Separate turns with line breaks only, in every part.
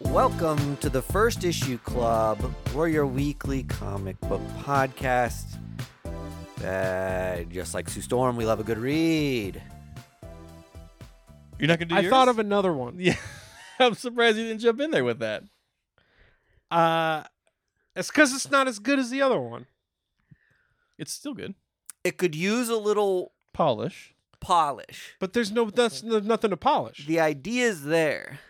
Welcome to the First Issue Club. We're your weekly comic book podcast. Uh, just like Sue Storm, we love a good read.
You're not gonna do.
I
yours?
thought of another one.
Yeah, I'm surprised you didn't jump in there with that.
Uh, it's because it's not as good as the other one.
It's still good.
It could use a little
Polish.
polish.
But there's no that's no, nothing to polish.
The idea's there.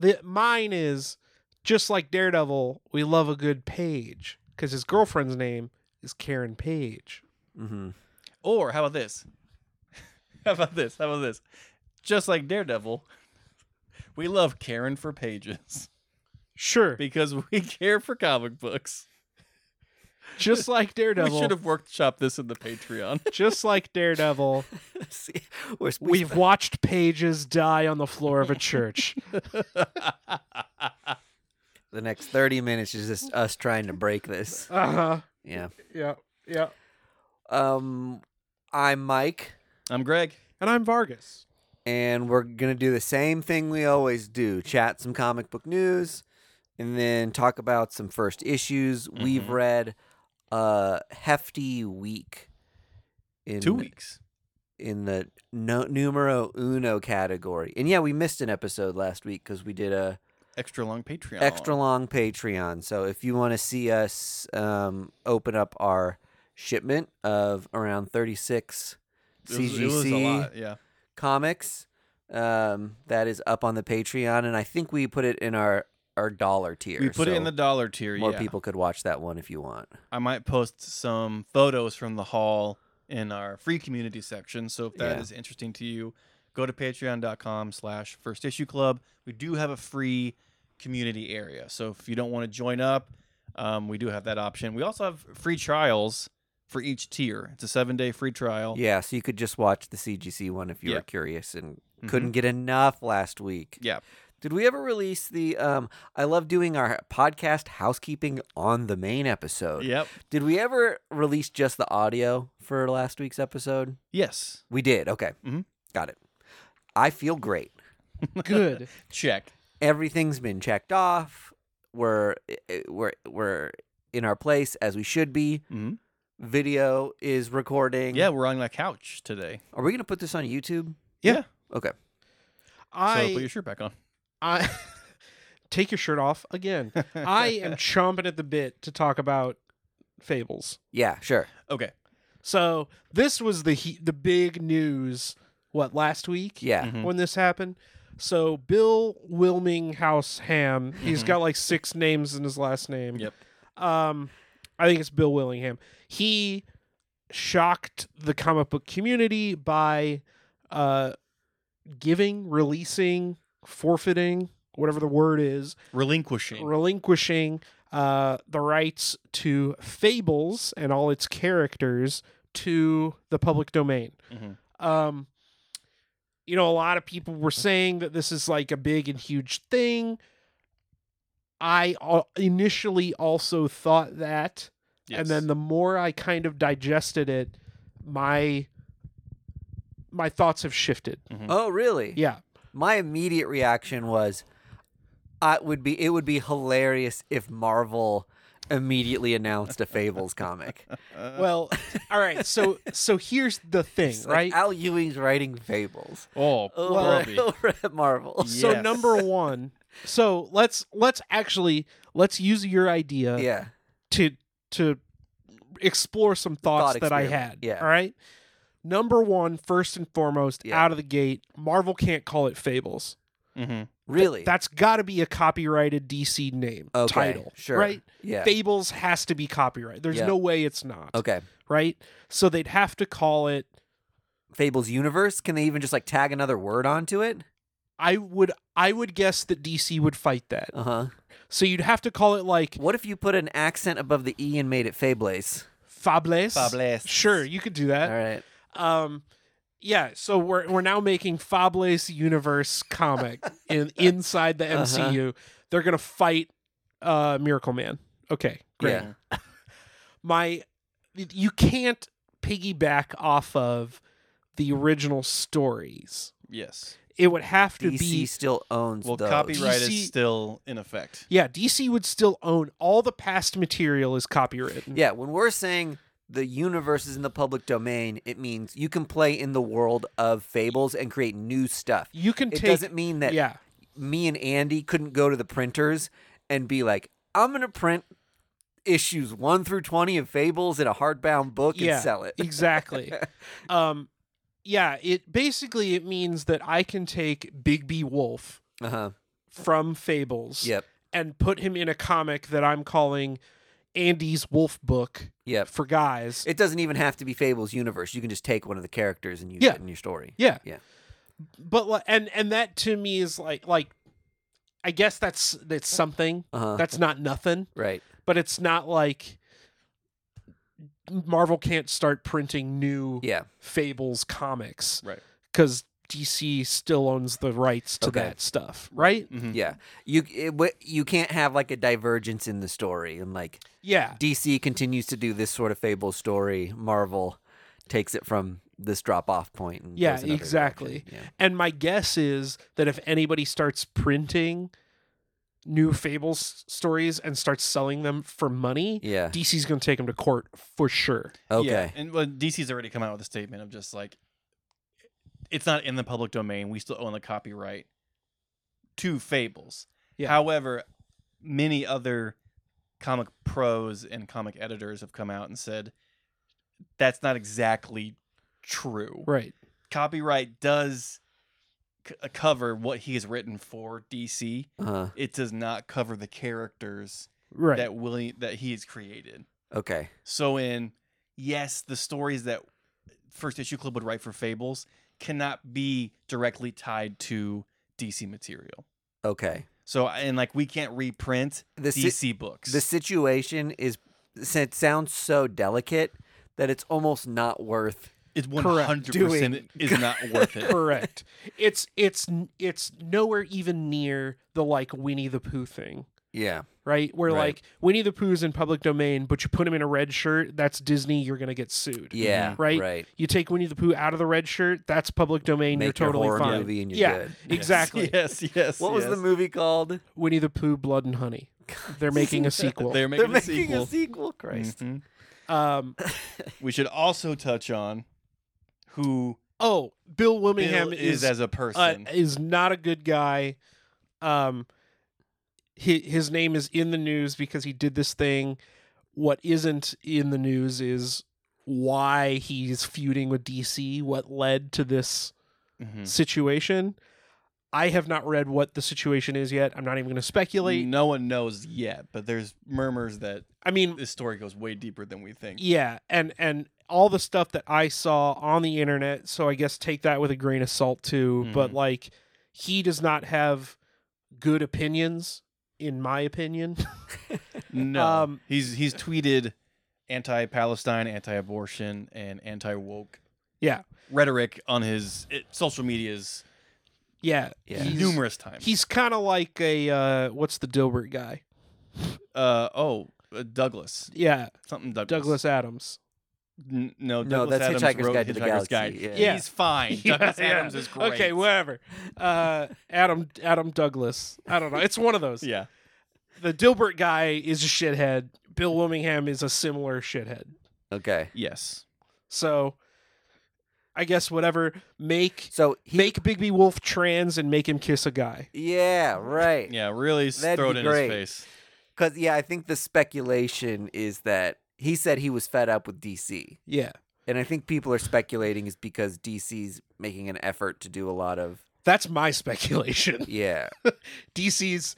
The, mine is just like Daredevil. We love a good page because his girlfriend's name is Karen Page.
Mm-hmm.
Or how about this? how about this? How about this? Just like Daredevil, we love caring for pages
Sure,
because we care for comic books.
just like
We should
Daredevil.
have workshopped this in the Patreon.
Just like Daredevil,
See, we're, we,
we've watched pages die on the floor of a church.
the next 30 minutes is just us trying to break this.
Uh huh.
Yeah.
Yeah. Yeah.
Um, I'm Mike.
I'm Greg.
And I'm Vargas.
and we're gonna do the same thing we always do: chat some comic book news, and then talk about some first issues we've
Mhm.
read. A hefty week in
Two weeks.
in the no, numero uno category, and yeah, we missed an episode last week because we did a
Extra long Patreon.
extra long Patreon. So if you want to see us um, open up our shipment of around thirty six
It was-
CGC
It was a lot. Yeah.
comics um, that is up on the Patreon, and I think we put it in our our dollar tier.
We put it in
so
the dollar tier.
more
yeah.
people could watch that one if you want.
I might post some photos from the hall in our free community section. So if that is
Yeah.
interesting to you, go to patreon.com slash first issue club. We do have a free community area. So if you don't want to join up, um, we do have that option. We also have free trials for each tier. It's a seven day free trial.
Yeah, so you could just watch the CGC one if you
Yeah.
were curious and
Mhm.
couldn't get enough last week.
Yeah.
Did we ever release the? Um, I love doing our podcast housekeeping on the main episode.
Yep.
Did we ever release just the audio for last week's episode?
Yes.
We did. Okay,
Mhm.
got it. I feel great.
Good.
Check.
everything's been checked off. We're we're we're in our place as we should be.
Mhm.
Video is recording.
Yeah, we're on the couch today.
Are we gonna put this on YouTube?
Yeah.
Okay.
I
So put your shirt back on.
I take your shirt off again. I am chomping at the bit to talk about fables.
Yeah. Sure.
okay.
So this was the he- the big news. What last week?
Yeah.
Mhm.
when this happened. So Bill Wilminghouse Ham, he's
Mhm.
got like six names in his last name.
Yep.
Um, I think it's Bill Willingham. He shocked the comic book community by uh giving, releasing, forfeiting, whatever the word is,
Relinquishing.
relinquishing uh, the rights to Fables and all its characters to the public domain.
Mhm.
Mm-hmm.
Um, you know, a lot of people were saying that this is like a big and huge thing. I al- initially also thought that,
Yes.
and then the more I kind of digested it, my my thoughts have shifted.
Oh, really?
Yeah,
My immediate reaction was, I would be. It would be hilarious if Marvel immediately announced a Fables comic.
Uh, oh,
well, all right. So so here's the thing,
Uh, It's like
right?
Al Ewing's writing Fables.
Oh,
Over,
grubby.
over at Marvel.
Yeah.
So
Yes.
number one. So let's let's actually let's use your idea
Yeah.
to to explore some thoughts
Thought
that I
experiment,
had.
yeah.
All right. Number one, first and foremost,
Yeah.
out of the gate, Marvel can't call it Fables.
Mhm.
Really.
That's got to be a copyrighted DC name
Okay,
title,
sure.
right?
yeah.
Fables has to be copyright. There's
Yeah.
no way it's not,
okay.
right? So they'd have to call it.
Fables universe? Can they even just like tag another word onto it?
I would I would guess that DC would fight that.
Uh huh.
So you'd have to call it like
What if you put an accent above the e and made it Fables?
Fables.
Fables.
Sure, you could do
All
that.
right.
Um, yeah. So we're we're now making Fables Universe comic in inside
Uh-huh.
the MCU. They're gonna fight uh, Miracle Man. Okay, great.
Yeah.
My, you can't piggyback off of the original stories.
Yes.
It would have to
DC
be
still owns
Well,
those.
copyright
DC
is still in effect.
yeah, DC would still own all the past material is copywritten.
Yeah, when we're saying the universe is in the public domain, it means you can play in the world of fables and create new stuff.
You can
It
take
doesn't mean that
yeah.
me and Andy couldn't go to the printers and be like, I'm going to print issues 1 through 20 of fables in a hardbound book
Yeah,
and sell it.
exactly um yeah it basically it means that i can take big b wolf
Uh-huh.
from fables
Yep.
and put him in a comic that i'm calling andy's wolf book
Yep.
for guys
It doesn't even have to be Fables universe. You can just take one of the characters and use
Yeah.
it in your story.
yeah
Yeah.
but li- and and that to me is like like i guess that's that's something
Uh-huh.
that's not nothing
right.
but it's not like marvel can't start printing new
Yeah.
fables comics
Right.
because DC still owns the rights to
Okay.
that stuff, right?
Mhm.
Yeah. You it, w- you can't have like a divergence in the story and like
Yeah,
DC continues to do this sort of fable story. Marvel takes it from this drop off point. And
Yeah,
goes another
exactly.
direction. Yeah.
and my guess is that if anybody starts printing new fables stories and starts selling them for money,
Yeah.
DC's going to take them to court for sure.
Okay.
Yeah, And well, DC's already come out with a statement of just like, it's not in the public domain. We still own the copyright to Fables.
Yeah.
However, many other comic pros and comic editors have come out and said that's not exactly true.
Right.
Copyright does c- cover what he has written for DC.
Uh,
It does not cover the characters
Right.
that William that he has created.
okay.
So in yes, the stories that First Issue Club would write for Fables cannot be directly tied to DC material.
Okay.
So and like we can't reprint
The, si-
DC books.
the situation is it sounds so delicate that it's almost not worth.
it's one hundred percent
Doing-
is not worth it.
Correct. it's it's n- it's nowhere even near the like Winnie the Pooh thing.
Yeah.
Right, where
Right.
like Winnie the Pooh's in public domain, but you put him in a red shirt, that's Disney. You're gonna get sued.
Yeah.
Mm-hmm. Right?
Right.
You take Winnie the Pooh out of the red shirt, that's public domain.
Make
you're
your
totally
horror
fine.
movie and you're
yeah,
good.
Yes,
exactly.
Yes, yes.
What was the
yes.
movie called?
Winnie the Pooh, Blood and Honey. They're making a sequel.
They're making,
They're making
a sequel.
a sequel. Christ.
Mhm.
um,
We should also touch on who
oh, Bill Wilmingham
Bill is,
is
as a
uh,
person.
is not a good guy. Um, hi- his name is in the news because he did this thing. What isn't in the news is why he's feuding with DC. What led to this
Mhm.
situation? I have not read what the situation is yet. I'm not even going to speculate.
No one knows yet, but there's murmurs that
I mean,
this story goes way deeper than we think.
Yeah, and and all the stuff that I saw on the internet, so I guess take that with a grain of salt too, but
Mhm.
like he does not have good opinions in my opinion.
No,
Um,
he's he's tweeted anti-Palestine, anti-abortion, and anti-woke.
Yeah.
rhetoric on his it, social medias
yeah.
Yeah.
He's,
numerous times.
He's kind of like a uh what's the Dilbert guy?
uh oh, uh, Douglas
Yeah,
something Douglas.
Douglas Adams.
N- no,
No,
Douglas
that's
Adams
Hitchhiker's
wrote
Guide to the Galaxy,
Hitchhiker's Guide.
yeah.
Yeah.
He's fine.
Yeah,
Douglas
yeah.
Adams is great.
Okay, whatever. Uh Adam Adam Douglas. I don't know. It's one of those.
yeah,
The Dilbert guy is a shithead. Bill Wilmingham is a similar shithead.
Mm-hmm. Okay.
yes,
So I guess whatever. Make
So he.
make Bigby Wolf trans and make him kiss a guy.
yeah. Right.
yeah, really s-
That'd
throw it
be
in
great.
his face.
Because yeah, I think the speculation is that he said he was fed up with DC,
Yeah.
and I think people are speculating is because DC's making an effort to do a lot of
That's my speculation.
yeah
DC's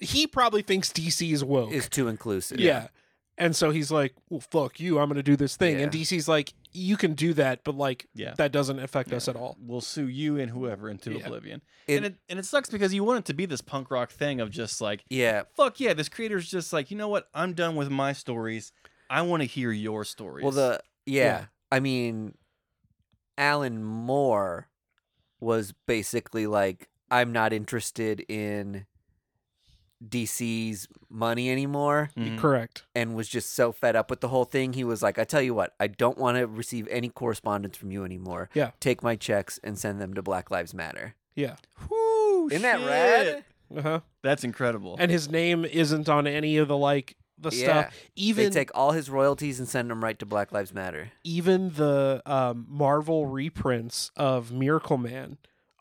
he probably thinks DC is woke.
is too inclusive.
yeah. And so he's like, "Well, fuck you. I'm going to do this thing." And
Yeah.
DC's like, "You can do that, but like
Yeah.
that doesn't affect
Yeah.
us at all."
We'll sue you and whoever into
Yeah.
oblivion.
It-
and it and it sucks because you want it to be this punk rock thing of just like
yeah.
fuck yeah, this creator's just like, you know what? I'm done with my stories. I want to hear your stories.
Well, the yeah,
Yeah.
I mean, Alan Moore was basically like, I'm not interested in DC's money anymore
Mhm.
Correct.
and was just so fed up with the whole thing. He was like, I tell you what, I don't want to receive any correspondence from you anymore.
Yeah.
Take my checks and send them to Black Lives Matter.
Yeah.
Whew,
Isn't that
Oh, shit.
rad?
Uh huh.
That's incredible.
And his name isn't on any of the like the
Yeah.
stuff. Even
they take all his royalties and send them right to Black Lives Matter.
even the um, Marvel reprints of Miracle Man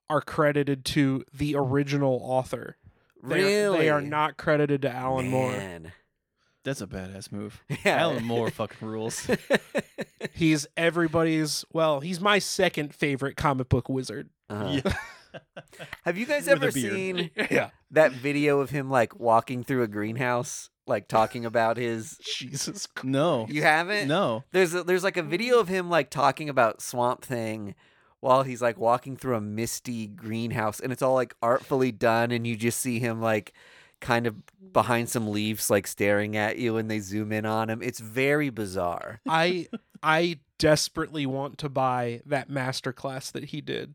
are credited to the original author. They are-
really?
They are not credited to Alan Moore.
Man.
That's a badass move.
Yeah.
Alan Moore fucking rules.
He's everybody's well, he's my second favorite comic book wizard.
Uh-huh.
Yeah.
Have you guys
With a
ever
beard.
seen
Yeah.
that video of him like walking through a greenhouse, like talking about his?
Jesus Christ.
No.
You haven't?
No.
There's a, there's like a
Mm-hmm.
video of him like talking about Swamp Thing while he's like walking through a misty greenhouse and it's all like artfully done and you just see him like kind of behind some leaves like staring at you and they zoom in on him. It's very bizarre.
I I desperately want to buy that masterclass that he did.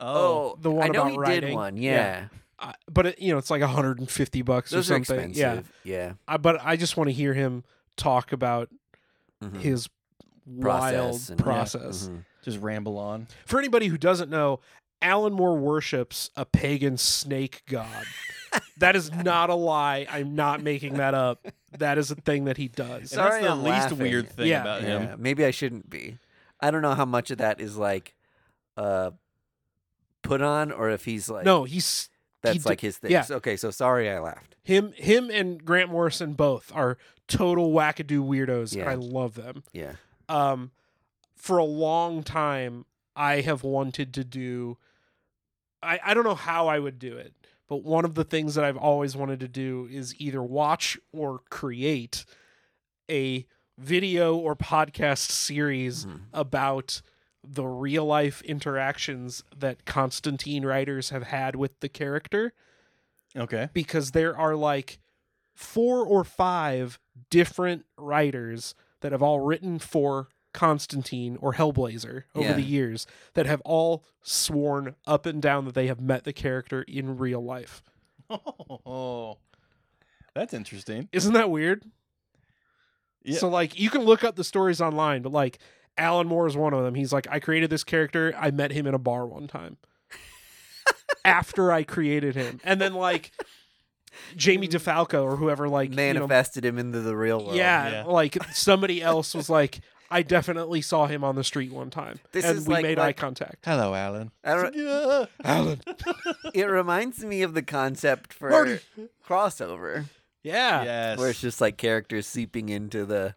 Oh.
the one
I know
about
he did
writing.
one. Yeah.
Yeah. I, but it, you know, it's like 150 bucks
Those
or
are
something.
expensive.
Yeah.
Yeah. yeah.
I, but I just want to hear him talk about
Mhm.
his
Process and-
wild process.
Mhm.
Just ramble on.
For anybody who doesn't know, Alan Moore worships a pagan snake god. that is not a lie. I'm not making that up. That is a thing that he does.
So- Sorry
and that's the
I'm
least
laughing.
weird thing
Yeah.
about
Yeah,
him.
maybe I shouldn't be. I don't know how much of that is like uh put on or if he's like
no, he's
that's
did-
like his thing.
yeah.
Okay, so sorry I laughed.
him him and Grant Morrison both are total wackadoo weirdos. and
Yeah.
I love them.
Yeah.
um, for a long time i have wanted to do I, I don't know how i would do it but one of the things that i've always wanted to do is either watch or create a video or podcast series
Mm-hmm.
Mhm.
about the real life interactions that constantine writers have had with the character
Okay.
because there are like four or five different writers that have all written for Constantine or Hellblazer over
Yeah.
the years that have all sworn up and down that they have met the character in real life.
Oh. That's interesting.
Isn't that weird?
Yeah.
So like you can look up the stories online, but like Alan Moore is one of them. He's like, I created this character. I met him in a bar one time. After I created him, and then like Jamie DeFalco or whoever like you know,
manifested him into the real world.
Yeah,
Yeah.
like somebody else was like, I definitely saw him on the street one time,
This
and
is
we
like-
made
like-
eye contact.
Hello, Alan.
I don't,
Yeah.
Alan,
it reminds me of the concept for crossover,
yeah.
Yes.
where it's just like characters seeping into the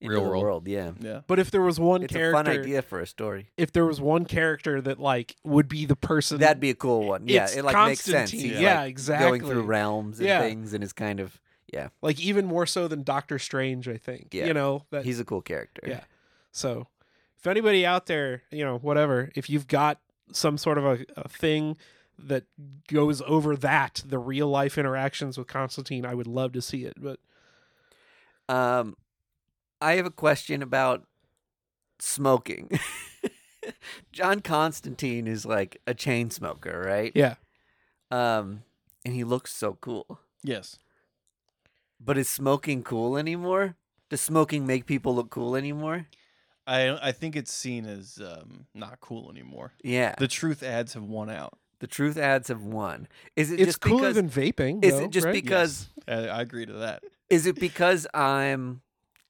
into
Real
the
world.
world. Yeah,
yeah.
But if there was one
it's a
character,
fun idea for a story.
if there was one character that like would be the person
That'd be a cool one. Yeah,
it's
it like makes sense.
Constantine.
He's,
yeah,
like,
exactly.
going through realms and
Yeah.
things, and is kind of yeah.
like even more so than Doctor Strange, I think.
Yeah.
You know that.
He's a cool character.
Yeah. so, if anybody out there, you know, whatever, if you've got some sort of a, a thing that goes over that, the real life interactions with Constantine, I would love to see it. But
Um, I have a question about smoking. John Constantine is like a chain smoker, right?
yeah,
Um, and he looks so cool.
Yes.
But is smoking cool anymore? Does smoking make people look cool anymore?
I I think it's seen as um, not cool anymore.
Yeah. The,
The truth ads have won out.
truth ads have won. Is it
it's
just
cooler
because
than vaping.
is
though,
it just
right?
because
I, I agree to that.
is it because I'm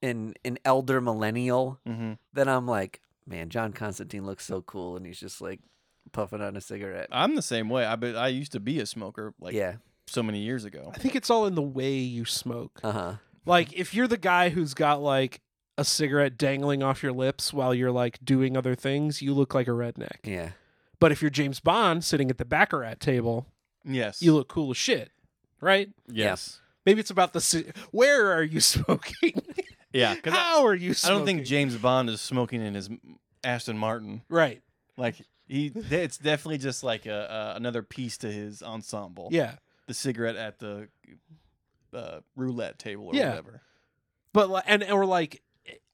an an elder millennial
Mm-hmm.
hmm
that I'm like, man, John Constantine looks so cool and he's just like puffing on a cigarette.
I'm the same way. I but I used to be a smoker like
yeah.
so many years ago.
I think it's all in the way you smoke.
Uh-huh.
Like if you're the guy who's got like a cigarette dangling off your lips while you're like doing other things, you look like a redneck.
Yeah.
But if you're James Bond sitting at the baccarat table,
Yes.
you look cool as shit, right?
yes.
Maybe it's about the ci- where are you smoking?
Yeah. 'cause I,
How are you?
I
smoking?
don't think James Bond is smoking in his Aston Martin.
right.
Like he, it's definitely just like a, a another piece to his ensemble.
Yeah,
the cigarette at the uh, roulette table or
Yeah.
whatever.
but li- and or like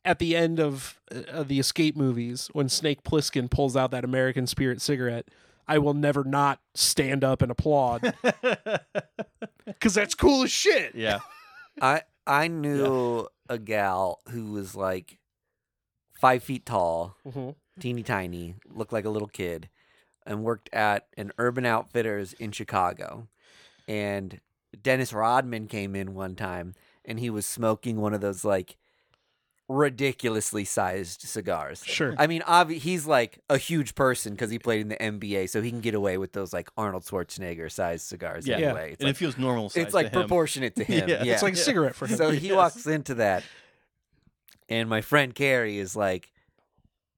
at the end of uh, of the escape movies when Snake Plissken pulls out that American Spirit cigarette, I will never not stand up and applaud because that's cool as shit.
yeah.
I I knew a gal who was like five feet tall,
Mhm.
teeny tiny, looked like a little kid, and worked at an Urban Outfitters in Chicago. And Dennis Rodman came in one time, and he was smoking one of those like ridiculously sized cigars.
Sure.
I mean, obvi- he's like a huge person because he played in the NBA, so he can get away with those like Arnold Schwarzenegger sized cigars
Yeah.
anyway. It's
and
like,
it feels normal. Size
it's like
to him.
proportionate to him.
Yeah.
yeah.
It's
It's like a
Yeah.
cigarette for him.
So he
Yes.
walks into that, and my friend Carrie is like,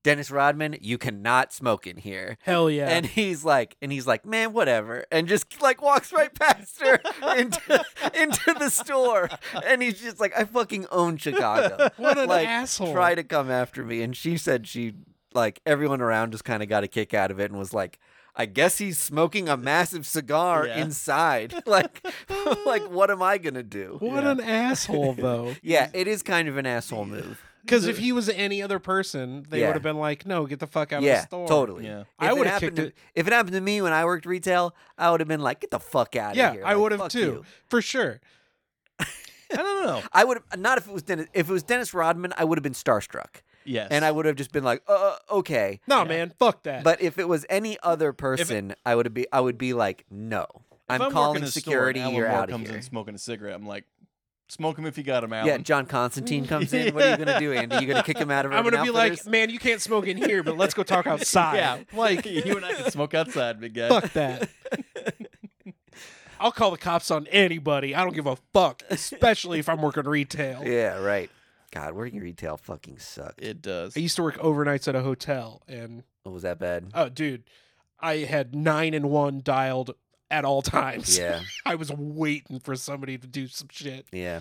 "Dennis Rodman, you cannot smoke in here."
Hell yeah.
And he's like, and he's like, man, whatever, and just like walks right past her into into the store, and he's just like, I fucking own Chicago.
what an
like,
asshole.
Try to come after me, and she said she like everyone around just kind of got a kick out of it and was like. I guess he's smoking a massive cigar
Yeah.
inside. Like, like, what am I gonna do?
what
Yeah.
an asshole though.
Yeah, it is kind of an asshole move.
Because if he was any other person, they
Yeah.
would have been like, "No, get the fuck out of
yeah,
the store."
totally.
Yeah.
If
I
it
would've
happened
kicked
to- If it happened to me when I worked retail, I would have been like, "Get the fuck out
Yeah,
of here!"
I
Like,
would have
fuck
too,
you.
for sure.
I don't know.
I would have not if it was Dennis. If it was Dennis Rodman, I would have been starstruck,
Yes.
and I would have just been like, "Uh, okay."
No,
Yeah.
man, fuck that.
But if it was any other person, I would have be. I would be like, "No,
If
I'm,
working
calling
a store
security.
and Alan
You're
Moore
out of
comes
here."
in smoking a cigarette. I'm like, smoke him if you got him, Alan.
Yeah, John Constantine comes in. What are you gonna do, Andy? You gonna kick him out of?
I'm
Urban
gonna be
Outfitters?
like, "Man, you can't smoke in here, but let's go talk outside."
yeah. Like you and I can smoke outside, big guy.
fuck that. I'll call the cops on anybody. I don't give a fuck, especially if I'm working retail.
"Yeah, right." God, working retail fucking sucked.
It does.
I used to work overnights at a hotel, and
Oh, was that bad?
oh, dude, I had nine and one dialed at all times.
Yeah,
I was waiting for somebody to do some shit.
yeah.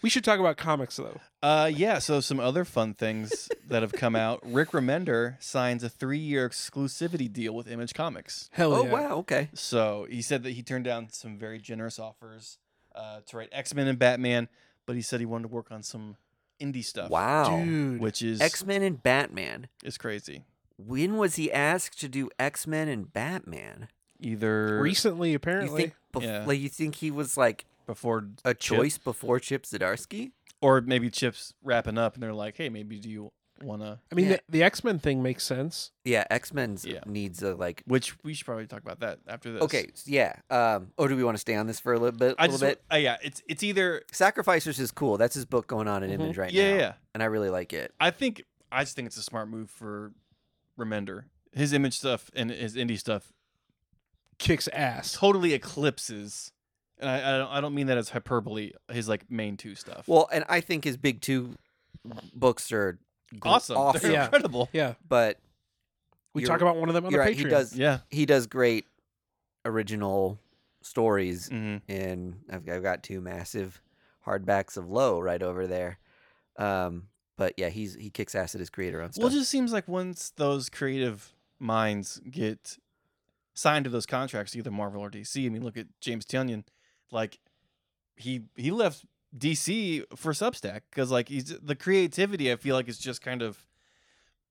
We should talk about comics though.
Uh, yeah. So some other fun things that have come out. Rick Remender signs a three-year exclusivity deal with Image Comics.
Hell
Oh
yeah.
wow, okay.
So he said that he turned down some very generous offers uh, to write X Men and Batman, but he said he wanted to work on some indie stuff.
Wow.
Dude.
Which is
X Men and Batman.
is crazy.
When was he asked to do X Men and Batman?
Either
Recently, apparently.
You think bef-
Yeah.
like you think he was like
before
a
Chip-
choice before Chip Zdarsky?
or maybe Chip's wrapping up, and they're like, "Hey, maybe do you wanna?"
I mean,
Yeah.
the, the X Men thing makes sense.
Yeah, X Men's
Yeah.
needs a like.
Which we should probably talk about that after this.
Okay, s- yeah. Um, or do we want to stay on this for a little bit?
I
little
just
bit.
uh, yeah, it's it's either
Sacrificers is cool. That's his book going on in
Mhm.
Image right
Mm-hmm. yeah
now,
yeah.
and I really like it.
I think I just think it's a smart move for Remender. His image stuff and his indie stuff
Kicks ass.
totally eclipses, and I I don't, I don't mean that as hyperbole. His like main two stuff.
Well, and I think his big two books are gr-
awesome,
awesome.
They're
Yeah.
incredible.
Yeah,
But
we
You're-
talk about one of them on the
you're right. He
Patreon.
does.
Yeah.
He does great original stories
hmm
and I've, I've got two massive hardbacks of low right over there. Um, but yeah, he's he kicks ass at his creator on stuff.
Well, it just seems like once those creative minds get signed to those contracts, either Marvel or DC. I mean, look at James Tynion, like he he left DC for Substack because like he's the creativity. I feel like is just kind of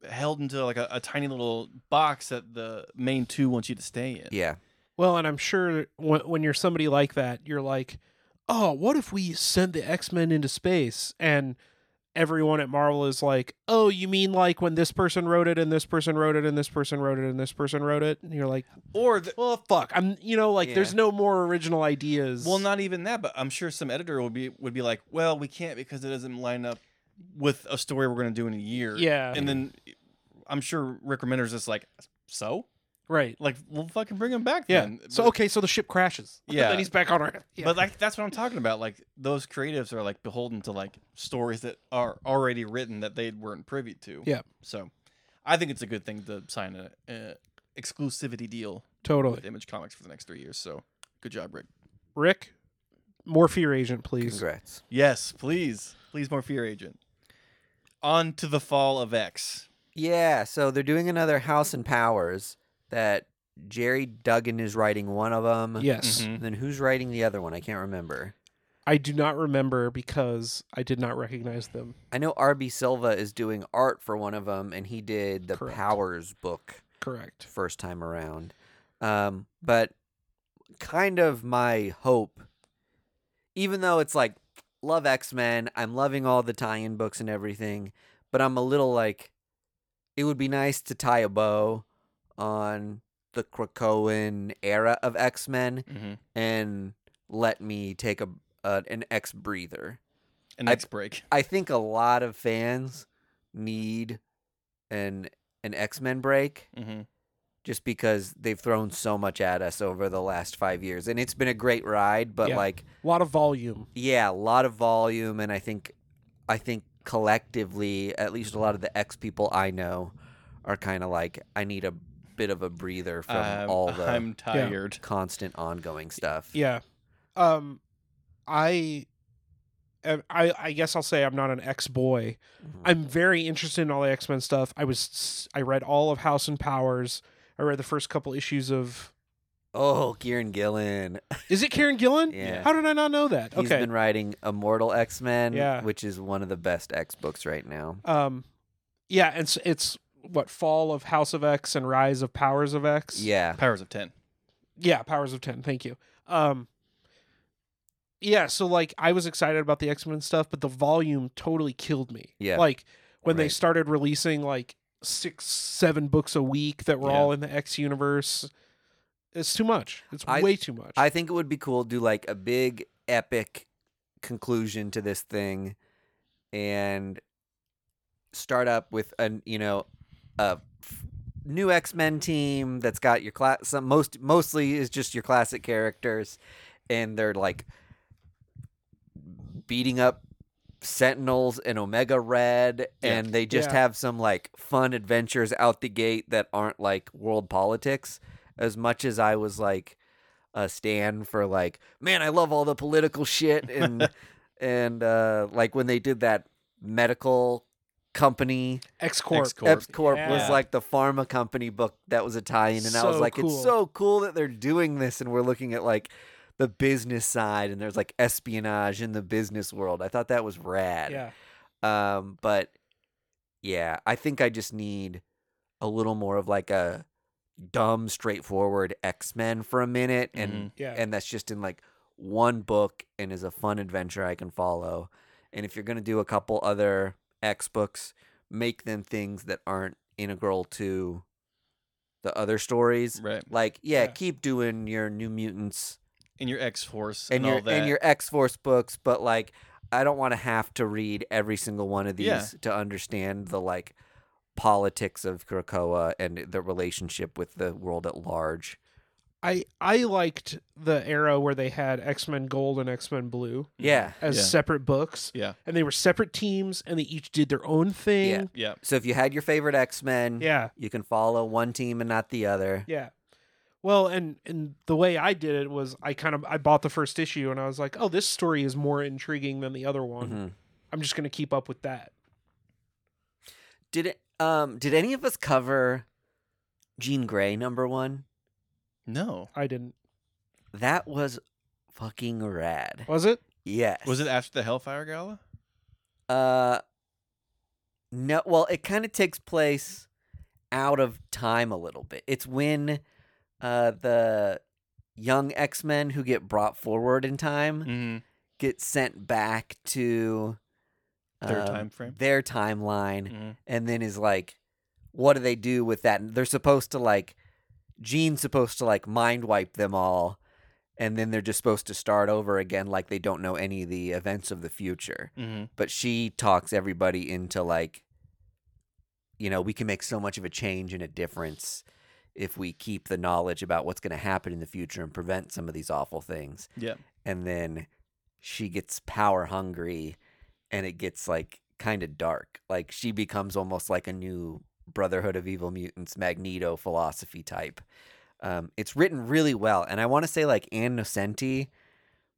held into like a, a tiny little box that the main two want you to stay in.
yeah,
Well, and I'm sure when, when you're somebody like that, you're like, oh, what if we send the X Men into space? And everyone at Marvel is like, oh, you mean like when this person wrote it and this person wrote it and this person wrote it and this person wrote it? And you're like,
Or the,
well, fuck. I'm, you know, like
Yeah.
there's no more original ideas.
Well, not even that, but I'm sure some editor would be would be like, "Well, we can't because it doesn't line up with a story we're going to do in a year."
Yeah.
and then I'm sure Rick Remender's just like, "So,
Right.
like, we'll fucking bring him back
Yeah.
then."
So,
But-
okay, so the ship crashes.
Yeah.
And he's back on Earth. Yeah.
but like that's what I'm talking about. Like those creatives are like beholden to like stories that are already written that they weren't privy to.
Yeah.
So, I think it's a good thing to sign a, a exclusivity deal
totally.
with Image Comics for the next three years. So, good job, Rick.
Rick, more fear agent, please.
congrats.
Yes, please. Please, more Fear Agent. On to the fall of X.
Yeah, so they're doing another House and Powers that Jerry Duggan is writing one of them.
Yes.
Mm-hmm.
And then who's writing the other one? I can't remember.
I do not remember because I did not recognize them.
I know RB Silva is doing art for one of them, and he did the
Correct.
Powers book
Correct.
first time around. Um, but kind of my hope, even though it's like love X Men, I'm loving all the tie in books and everything, but I'm a little like, it would be nice to tie a bow on the Krakoan era of X Men
Mm-hmm.
and let me take a uh, an X breather.
And
I-
next break.
I think a lot of fans need an an X Men break
Mm-hmm.
just because they've thrown so much at us over the last five years, and it's been a great ride. But
Yeah.
like,
A lot of volume.
yeah, a lot of volume, and I think I think collectively, at least a lot of the X people I know are kind of like, I need a bit of a breather from
I'm,
all the
I'm tired.
constant ongoing stuff.
Um, Yeah. Um, I, am- I, I guess I'll say I'm not an X boy.
Mhm.
I'm very interested in all the X Men stuff. I was, I read all of House and Powers. I read the first couple issues of.
Oh, Kieran Gillen.
Is it Karen Gillan?
Yeah.
How did I not know that?
He's
okay.
been writing Immortal X Men,
Yeah.
which is one of the best X books right now.
Um, yeah, and it's, it's what Fall of House of X and Rise of Powers of X.
Yeah.
Powers of 10.
Yeah, Powers of Ten. Thank you. Um, yeah, so like I was excited about the X Men stuff, but the volume totally killed me.
Yeah.
like when they
Right.
started releasing like six, seven books a week that were
Yeah.
all in the X universe. It's too much. It's
I-
way too much.
I think it would be cool to do like a big epic conclusion to this thing and start up with an you know a f- new X-Men team that's got your class some most mostly is just your classic characters and they're like beating up Sentinels and Omega Red
Yeah.
and they just
Yeah.
have some like fun adventures out the gate that aren't like world politics as much as I was like a stand for like, man, I love all the political shit and and uh like when they did that medical company
X Corp.
X Corp.
Epps Corp
Yeah.
was like the pharma company book that was Italian and I was
So
like
cool.
it's so cool that they're doing this and we're looking at like the business side and there's like espionage in the business world. I thought that was rad.
Yeah.
Um, but yeah, I think I just need a little more of like a dumb, straightforward X Men for a minute, and
Mhm.
Yeah.
and that's just in like one book and is a fun adventure I can follow. And if you're gonna do a couple other X books, make them things that aren't integral to the other stories.
Right.
Like, yeah,
Yeah.
keep doing your New Mutants
And your X Force and,
and your
all that.
and your X Force books, but like I don't want to have to read every single one of these
Yeah.
to understand the like politics of Krakoa and the relationship with the world at large.
I I liked the era where they had X Men Gold and X Men Blue
Mm-hmm.
Yeah.
as
Yeah.
separate books.
Yeah.
And they were separate teams and they each did their own thing.
Yeah.
So if you had your favorite X Men,
Yeah.
you can follow one team and not the other.
Yeah. Well, and and the way I did it was I kind of I bought the first issue and I was like, "Oh, this story is more intriguing than the other one.
Mhm.
I'm just going to keep up with that."
Did it? Um, did any of us cover Jean Grey number one?
No.
I didn't.
That was fucking rad.
Was it?
Yes.
Was it after the Hellfire Gala?
Uh, no. Well, it kind of takes place out of time a little bit. It's when uh, the young X Men who get brought forward in time
Mm-hmm.
get sent back to
Their
um,
time frame?
their timeline,
Mm-hmm.
and then is like, what do they do with that? And They're supposed to like, Jean's supposed to like mind wipe them all. And then they're just supposed to start over again, like they don't know any of the events of the future
Mm-hmm.
but she talks everybody into like you know we can make so much of a change and a difference if we keep the knowledge about what's going to happen in the future and prevent some of these awful things
Yeah.
and then she gets power hungry and it gets like kind of dark like she becomes almost like a new brotherhood of evil mutants magneto philosophy type um, it's written really well and i want to say like anne nocenti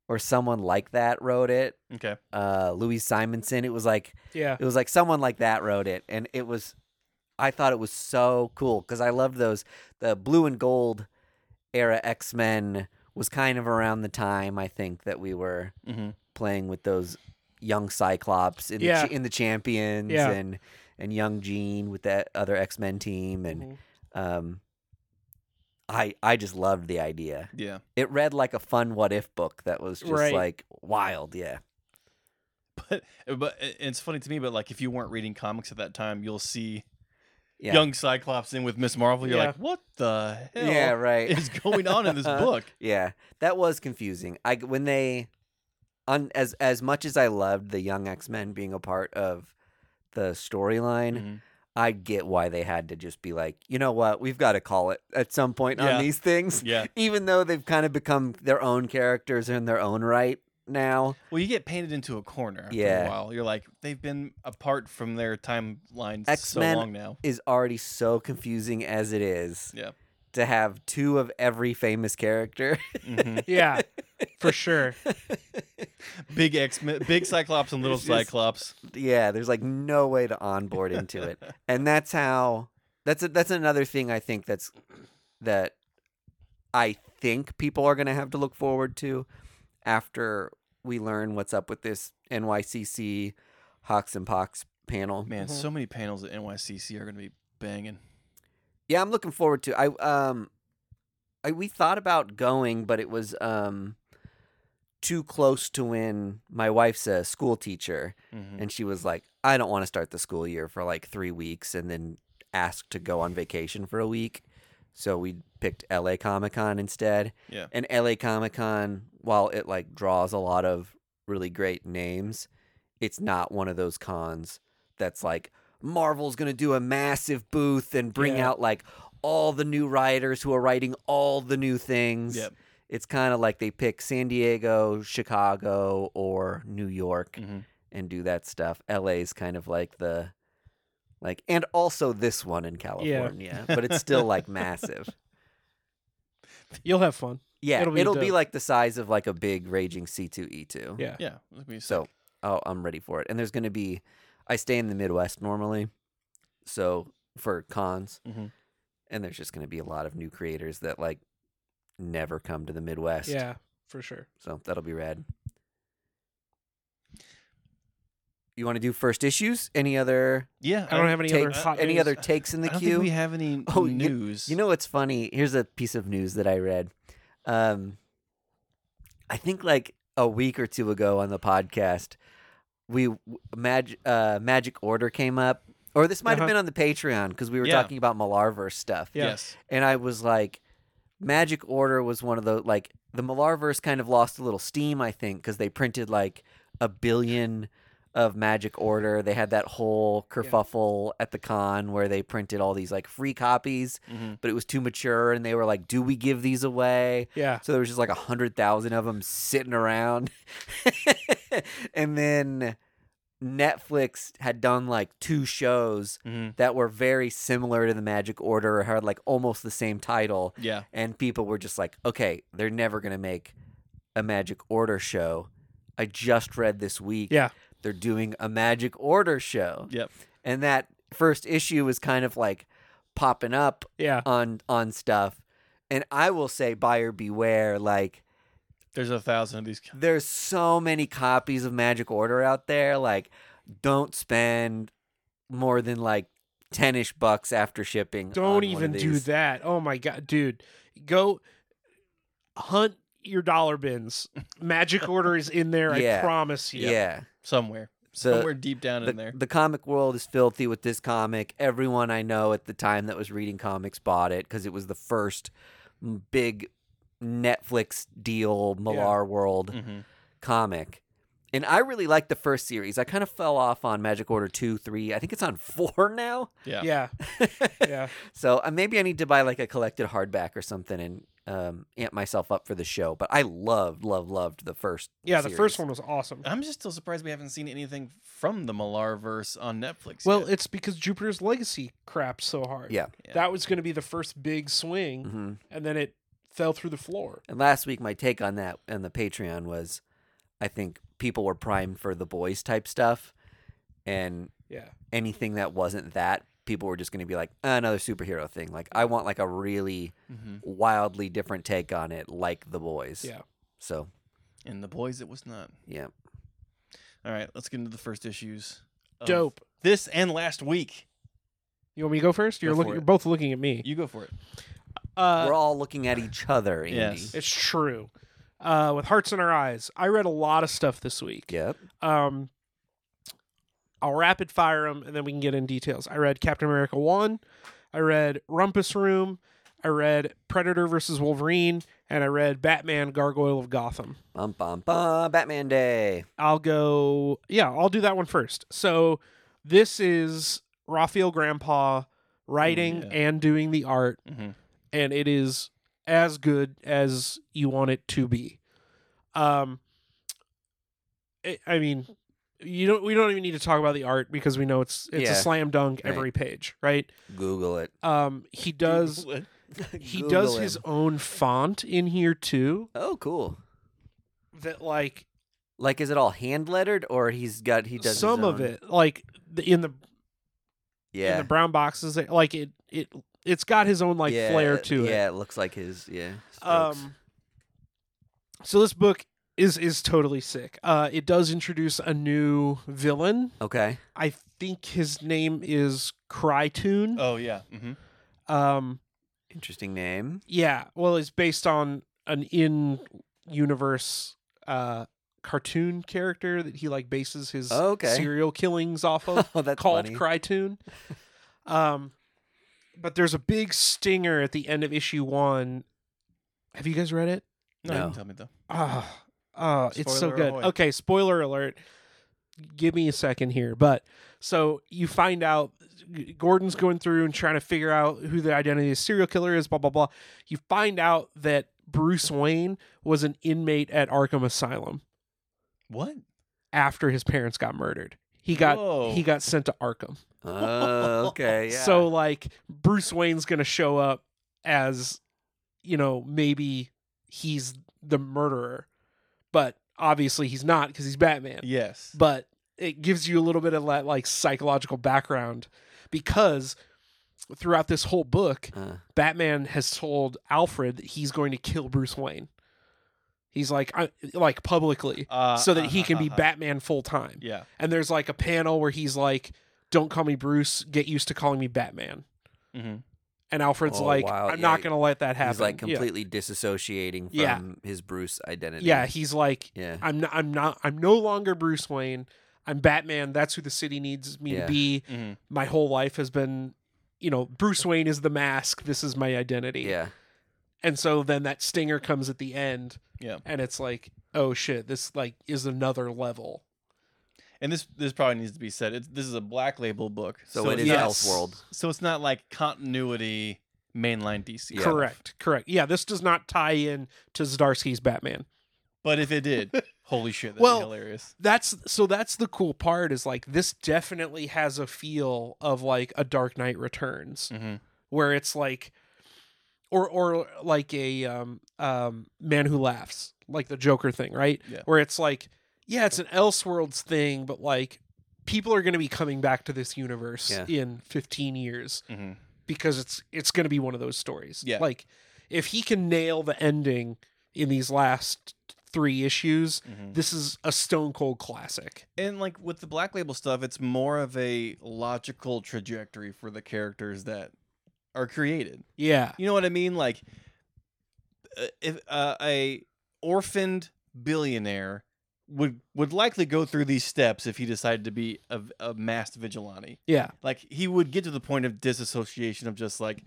or someone like that wrote it
Okay.
uh Louis Simonson. It was like
Yeah.
it was like someone like that wrote it and it was I thought it was so cool cuz I loved those the blue and gold era X-Men was kind of around the time I think that we were
Mm-hmm.
playing with those young Cyclops in
Yeah.
the, ch- in the Champions
Yeah.
and
Mm-hmm.
and young Jean with that other X-Men team and
Mhm.
um I I just loved the idea.
Yeah.
It read like a fun what if book that was just
Right.
like wild. Yeah.
But Uh, but it- it's funny to me, but like if you weren't reading comics at that time, you'll see
Yeah.
young Cyclops in with Miss Marvel. You're
Yeah.
like, what the hell
yeah. Right.
is going on in this book?
Yeah, that was confusing. I when they, on as as much as I loved the young X Men being a part of the storyline,
Mhm.
I get why they had to just be like, you know what, we've got to call it at some point
Yeah.
on these things,
Yeah.
even though they've kind of become their own characters in their own right now.
Well, you get painted into a corner after
Yeah.
a while. You're like, they've been apart from their timeline so
X-Men-
long now.
Is already so confusing as it is.
Yeah.
To have two of every famous character.
hmm
Yeah, for sure.
big X Men, big Cyclops and little
It's just-
Cyclops.
yeah there's like no way to onboard into it and that's how that's a, that's another thing i think that's that i think people are going to have to look forward to after we learn what's up with this nycc hawks and pox panel
Man,
Mhm.
so many panels at NYCC are going to be banging.
yeah i'm looking forward to i um I, we thought about going but it was um too close to when my wife's a school teacher
Mhm.
And she was like, I don't want to start the school year for like three weeks and then ask to go on vacation for a week. So we picked LA Comic Con instead.
Yeah.
And LA Comic Con, while it like draws a lot of really great names, it's not one of those cons that's like Marvel's going to do a massive booth and bring
Yeah.
out like all the new writers who are writing all the new things.
Yep.
It's kind of like they pick San Diego, Chicago, or New York
Mhm.
and do that stuff. LA's kind of like the like and also this one in California, but it's still like massive.
You'll have fun.
Yeah, it'll
It'll
be,
be dope.
like the size of like a big raging C2E2.
Yeah.
Yeah. Look at
So, oh, I'm ready for it. And there's going to be I stay in the Midwest normally. So, for cons.
Mm-hmm.
Mhm.
And there's just going to be a lot of new creators that like never come to the Midwest.
Yeah, for sure.
So, that'll be rad. You want to do first issues? Any other
yeah.
I don't have any other
takes,
hot
any
news.
other takes in the
I don't
queue?
think we have any
Oh, you-
news.
You know what's funny? Here's a piece of news that I read. Um, I think like a week or two ago on the podcast, we Mag, uh, Magic Order came up, or this might have
Uh-huh.
been on the Patreon because we were
Yeah.
talking about Malarverse stuff.
Yeah.
Yes.
And I was like, Magic Order was one of the like the Malarverse kind of lost a little steam, I think, because they printed like a billion of Magic Order. They had that whole kerfuffle at the con where they printed all these like free copies
Mhm.
but it was too mature and they were like do we give these away
Yeah.
so there was just like a hundred thousand of them sitting around and then netflix had done like two shows
Mhm.
that were very similar to the magic order or had like almost the same title
Yeah.
and people were just like okay they're never going to make a magic order show i just read this week
Yeah.
they're doing a magic order show
Yep.
and that first issue was kind of like popping up
Yeah.
on on stuff and i will say buyer beware like
There's a thousand of these.
there's so many copies of magic order out there like don't spend more than like 10ish bucks after shipping
Don't
on one
even
of
do
these.
that. Oh my god, dude. Go hunt your dollar bins. Magic order is in there,
Yeah.
I promise you.
yeah
Somewhere.
so
Somewhere deep down in
the,
there.
the comic world is filthy with this comic everyone i know at the time that was reading comics bought it because it was the first big netflix deal malar world
hmm
comic. And I really liked the first series. I kind of fell off on Magic Order 2, 3. I think it's on 4 now.
Yeah.
Yeah. Yeah.
so uh, maybe I need to buy like a collected hardback or something and um, amp myself up for the show. But I loved, loved, loved the first.
Yeah, the first
series.
one was awesome.
I'm just still surprised we haven't seen anything from the Malarverse on Netflix.
Well,
yet.
it's because Jupiter's legacy crapped so hard.
Yeah.
Yeah.
That was going to be the first big swing,
Mhm.
and then it fell through the floor.
And last week, my take on that and the Patreon was I think people were primed for the boys type stuff. And
Yeah.
anything that wasn't that, people were just going to be like, "Ah, another superhero thing. Like, I want like a really
Mhm.
wildly different take on it, like the boys.
Yeah.
So
and the boys, it was not.
yeah,
All right, let's get into the first issues. of
Dope.
This and last week.
You want me to go first?
Go
You're
for
looking. You're
it.
both looking at me.
You go for it.
Uh,
We're all looking at each other, Andy.
Yes.
it's true. Uh, with hearts in our eyes, I read a lot of stuff this week.
Yep.
Um, I'll rapid fire them and then we can get in details. I read Captain America 1, I read Rumpus Room, I read Predator versus Wolverine, and I read Batman Gargoyle of Gotham.
Bum bum bum. Batman Day.
I'll go, yeah, I'll do that one first. So this is Raphael Grandpa writing
yeah.
and doing the art,
hmm
and it is as good as you want it to be. Um, it, I mean, you don't. We don't even need to talk about the art because we know it's it's
Yeah.
a slam dunk
Right.
every page, right?
Google it.
Um, he does he
Google
does
him.
his own font in here too.
Oh, cool.
That like
Like, is it all hand lettered, or he's got he does his
some of
own-
it, like the, in the in
Yeah.
the brown boxes, that- like it it it's got his own like
yeah,
flair to
yeah,
it.
Yeah, it looks like his. Yeah. strokes.
Um, so this book is is totally sick. Uh, it does introduce a new villain.
okay.
I think his name is Crytune.
Oh yeah. hmm
Oh.
Um,
Interesting name.
yeah. Well, it's based on an in-universe uh cartoon character that he like bases his
Oh, okay.
serial killings off of.
Oh, that's
called
funny.
Crytune. Um, but there's a big stinger at the end of issue one. Have you guys read it?
No, you
No.
can tell me though.
Oh, oh it's so
Spoiler
good.
ahoy.
Okay, spoiler alert. Give me a second here. But so you find out G- Gordon's going through and trying to figure out who the identity of the serial killer is, blah, blah, blah. You find out that Bruce Wayne was an inmate at Arkham Asylum
What?
after his parents got murdered. He got
Whoa.
he got sent to Arkham.
Oh, okay. Yeah.
So like Bruce Wayne's gonna show up as, you know, maybe he's the murderer, but obviously he's not because he's Batman.
Yes.
But it gives you a little bit of that like psychological background because throughout this whole book,
Uh,
Batman has told Alfred that he's going to kill Bruce Wayne. He's like, I, like publicly,
Uh,
so that he
uh-huh,
can be
uh-huh.
Batman full time.
Yeah.
And there's like a panel where he's like, "Don't call me Bruce. Get used to calling me Batman."
hmm
Mm-hmm.
And Alfred's
Oh,
like,
wow,
"I'm
yeah.
not gonna let that happen."
he's like
Yeah.
completely disassociating from
Yeah.
his Bruce identity.
Yeah, he's like,
Yeah.
"I'm not. I'm not. I'm no longer Bruce Wayne. I'm Batman. That's who the city needs me
Yeah.
to be.
hmm
Mm-hmm.
My whole life has been, you know, Bruce Wayne is the mask. This is my identity."
Yeah.
And so then that stinger comes at the end.
Yeah.
And it's like, oh shit, this like is another level.
And this this probably needs to be said. It's, this is a black label book,
So, it
it's
is
not-
yes.
Elseworld.
So it's not like continuity mainline DC.
Yeah.
Correct. Correct. Yeah, this does not tie in to Zdarsky's Batman.
But if it did, holy shit, that'd
Well,
be hilarious.
That's so that's the cool part is like this definitely has a feel of like a Dark Knight Returns
hmm
Mm-hmm.
where it's like or or like a um um man who laughs, like the Joker thing, right?
Yeah.
Where it's like yeah, it's an Elseworlds thing, but like people are going to be coming back to this universe
Yeah.
in 15 years
hmm
Mm-hmm.
because it's it's going to be one of those stories.
Yeah.
Like if he can nail the ending in these last three issues,
Mm-hmm.
hmm
this is a stone cold classic.
And like with the black label stuff, it's more of a logical trajectory for the characters that are created.
Yeah.
You know what I mean? Like, uh, if uh, a orphaned billionaire would would likely go through these steps if he decided to be a, a masked vigilante.
Yeah.
Like, he would get to the point of disassociation of just like,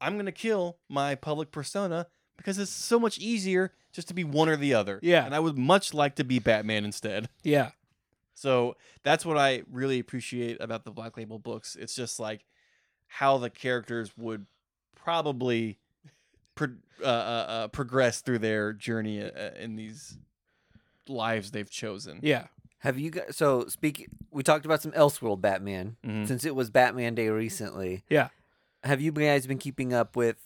I'm gonna kill my public persona because it's so much easier just to be one or the other.
Yeah.
and I would much like to be Batman instead.
Yeah.
So that's what I really appreciate about the Black Label books. It's just like how the characters would probably pro- uh, uh, uh, progress through their journey uh, uh, in these lives they've chosen.
Yeah.
Have you guys? So speak. We talked about some Elseworld Batman
Mhm.
since it was Batman Day recently.
Mm-hmm. Yeah.
Have you guys been keeping up with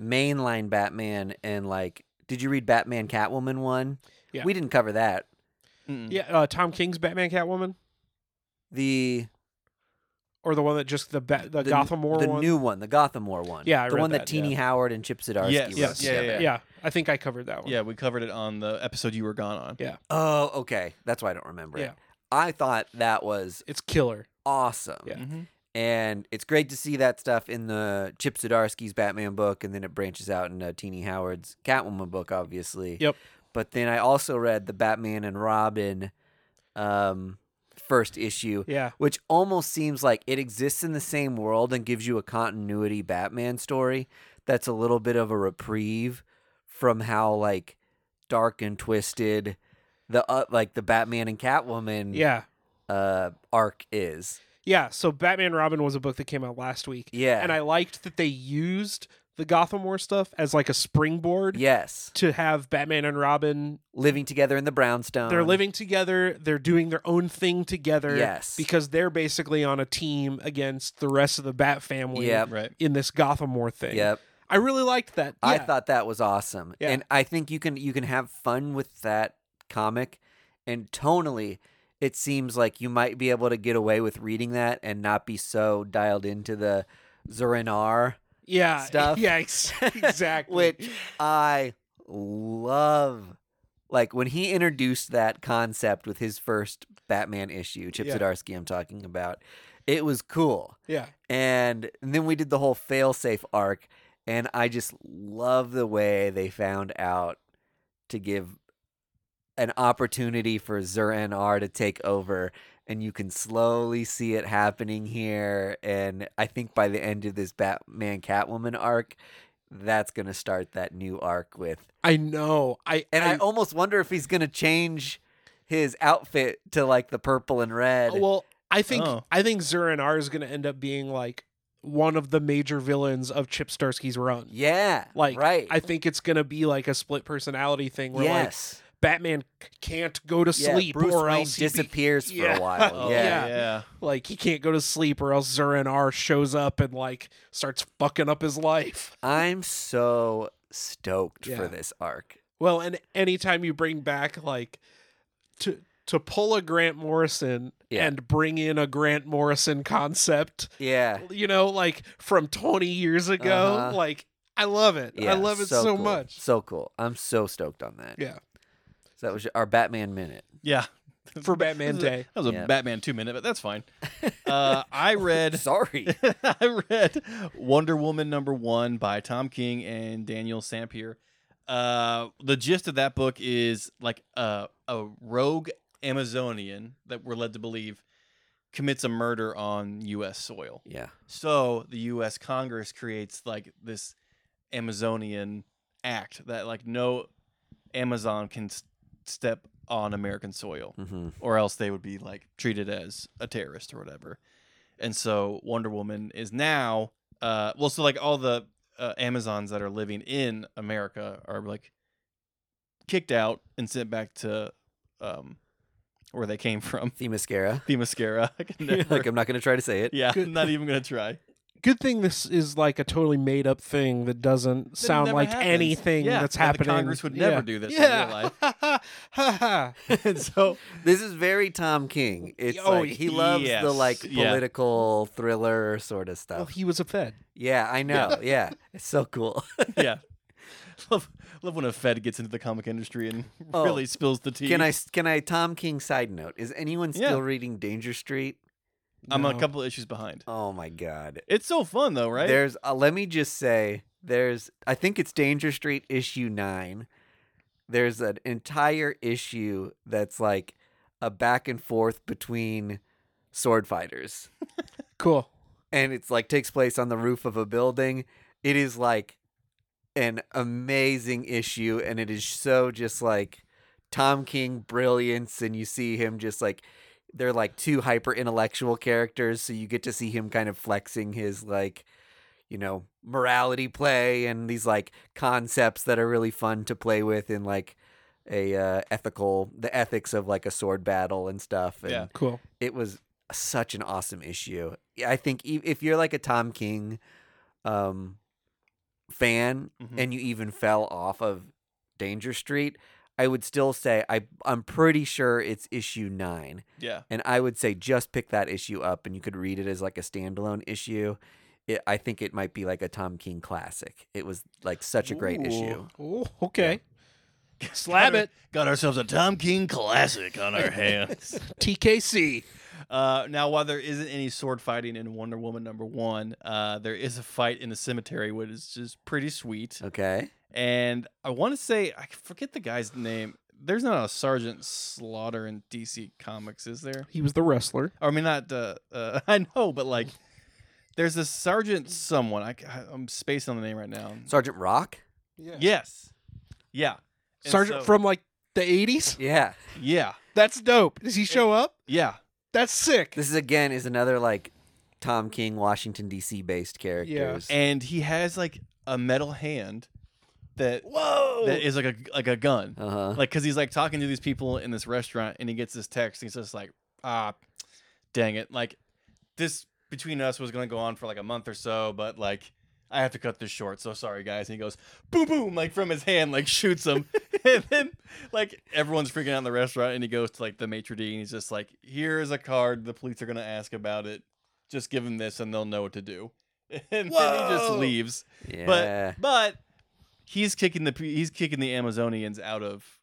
mainline Batman and like? Did you read Batman Catwoman one?
Yeah.
We didn't cover that. Mm.
Mm-mm.
Yeah. Uh, Tom King's Batman Catwoman
The
or the one that just the ba- the,
the
Gotham War
the
one.
new one, the Gotham War one.
Yeah, I
the
read
one that,
that,
Teeny Howard and Chip Zdarsky
Yes,
wrote
yes, yeah,
together.
yeah.
yeah. I think I covered that one.
Yeah, we covered it on the episode you were gone on.
Yeah.
Oh, okay. That's why I don't remember
Yeah.
it. I thought that was
It's killer.
awesome.
Yeah.
Mhm.
And it's great to see that stuff in the Chip Zdarsky's Batman book, and then it branches out into Teeny Howard's Catwoman book, obviously.
Yep.
But then I also read the Batman and Robin um, first issue,
Yeah.
which almost seems like it exists in the same world and gives you a continuity Batman story that's a little bit of a reprieve from how like dark and twisted the uh, like the Batman and Catwoman
Yeah.
uh arc is.
Yeah. So Batman Robin was a book that came out last week.
Yeah.
And I liked that they used the Gotham War stuff as like a springboard
yes,
to have Batman and Robin.
living together in the brownstone.
They're living together, they're doing their own thing together.
Um. Yes.
Because they're basically on a team against the rest of the Bat family
Yep.
Right.
in this Gotham War thing.
Yep.
I really liked that.
I
Yeah.
thought that was awesome.
Yeah.
And I think you can you can have fun with that comic and tonally it seems like you might be able to get away with reading that and not be so dialed into the Zurin R,
yeah,
stuff.
Yeah, ex- exactly.
which I love. Like when he introduced that concept with his first Batman issue, Chip
Yeah.
Zdarsky I'm talking about, it was cool.
yeah,
and, and then we did the whole failsafe arc and i just love the way they found out to give an opportunity for Zurin R to take over and you can slowly see it happening here and i think by the end of this batman catwoman arc that's going to start that new arc with
I know. I
and i,
I
almost wonder if he's going to change his outfit to like the purple and red
Well, I think
Oh.
I think Zurin R is going to end up being like one of the major villains of Chip Starsky's run.
yeah
Like,
right
I think it's going to be like a split personality thing where like
yes
Batman c- can't go to
Yeah,
sleep
Bruce
or
Wayne
else he be-
disappears for
Yeah.
a while.
Oh,
yeah.
yeah.
yeah.
like he can't go to sleep or else Zurin R shows up and like starts fucking up his life.
I'm so stoked
Yeah.
for this arc.
Well, and anytime you bring back like to to pull a Grant Morrison
Yeah.
and bring in a Grant Morrison concept
Yeah.
you know, like from 20 years ago.
Uh-huh.
Like, I love it.
yeah
I love it so,
cool.
much.
So cool. I'm so stoked on that.
Yeah.
So that was our Batman minute.
Yeah.
For Batman
This is a-
Day.
That was a
Yeah.
Batman two minute, but that's fine. Uh, I read
Sorry.
I read Wonder Woman number one by Tom King and Daniel Sampier. Uh, the gist of that book is like a, a rogue Amazonian that we're led to believe commits a murder on U.S. soil.
yeah.
So the U.S. Congress creates like this Amazonian act that like no Amazon can s- step on American soil
hmm
or else they would be like treated as a terrorist or whatever. And so Wonder Woman is now, uh, well, so like all the uh, Amazons that are living in America are like kicked out and sent back to um, where they came from.
Themyscira.
Themyscira. I can never-
like I'm not gonna try to say it.
yeah,
Good.
I'm not even gonna try.
Good thing this is like a totally made up thing that doesn't sound
never
like
happens.
anything
Yeah,
that's
and the
happening.
Congress would never do this in real life.
Ha ha.
and so
This is very Tom King. It's
Oh,
like he loves
yes.
the like
Yeah.
political thriller sort of stuff.
Well, Oh, he was a Fed.
yeah, I know. yeah. It's so cool.
yeah, love love when a Fed gets into the comic industry and
Oh.
really spills the tea.
Can I can I Tom King side note? Is anyone still
Yeah.
reading Danger Street?
I'm a
No.
couple issues behind.
Oh my god.
It's so fun though, right?
There's uh, let me just say there's I think it's Danger Street issue 9. There's an entire issue that's like a back and forth between sword fighters
Cool.
and it's like takes place on the roof of a building. It is like an amazing issue, and it is so just like Tom King brilliance, and you see him just like they're like two hyper intellectual characters, so you get to see him kind of flexing his like you know morality play and these like concepts that are really fun to play with in like a uh, ethical the ethics of like a sword battle and stuff and
Yeah.
Cool.
it was such an awesome issue. Yeah, I think e- if you're like a Tom King um, fan
Mhm.
and you even fell off of Danger Street, I would still say I I'm pretty sure it's issue nine,
yeah.
and I would say just pick that issue up and you could read it as like a standalone issue. It, I think it might be like a Tom King classic. It was like such a great
Ooh.
issue.
Oh, okay. Slab it.
Got ourselves a Tom King classic on our hands.
TKC.
Uh, now, while there isn't any sword fighting in Wonder Woman number one, uh, there is a fight in the cemetery, which is just pretty sweet.
Okay.
And I want to say, I forget the guy's name. There's not a Sergeant Slaughter in DC Comics, is there?
He was the wrestler.
Or, I mean, not. Uh, uh, I know, but like, there's a Sergeant someone. I, am spacing on the name right now.
Sergeant Rock?
Yeah.
Yes. Yeah. And
Sergeant
so-
from like the 80s.
Yeah.
Yeah.
That's dope. Does he show up?
Yeah.
That's sick.
This is again is another like Tom King, Washington DC based characters.
And he has like a metal hand that
Whoa.
that is like a like a gun.
Uh huh.
Like cuz he's like talking to these people in this restaurant and he gets this text and he's just like, "Ah, dang it. Like this between us was going to go on for like a month or so, but like I have to cut this short. So sorry guys." And he goes, "Boom boom," like from his hand like shoots him. and then like everyone's freaking out in the restaurant and he goes to like the maitre d and he's just like, "Here is a card. The police are going to ask about it. Just give them this and they'll know what to do." And then he just
Whoa.
leaves
Yeah.
but but he's kicking the he's kicking the Amazonians out of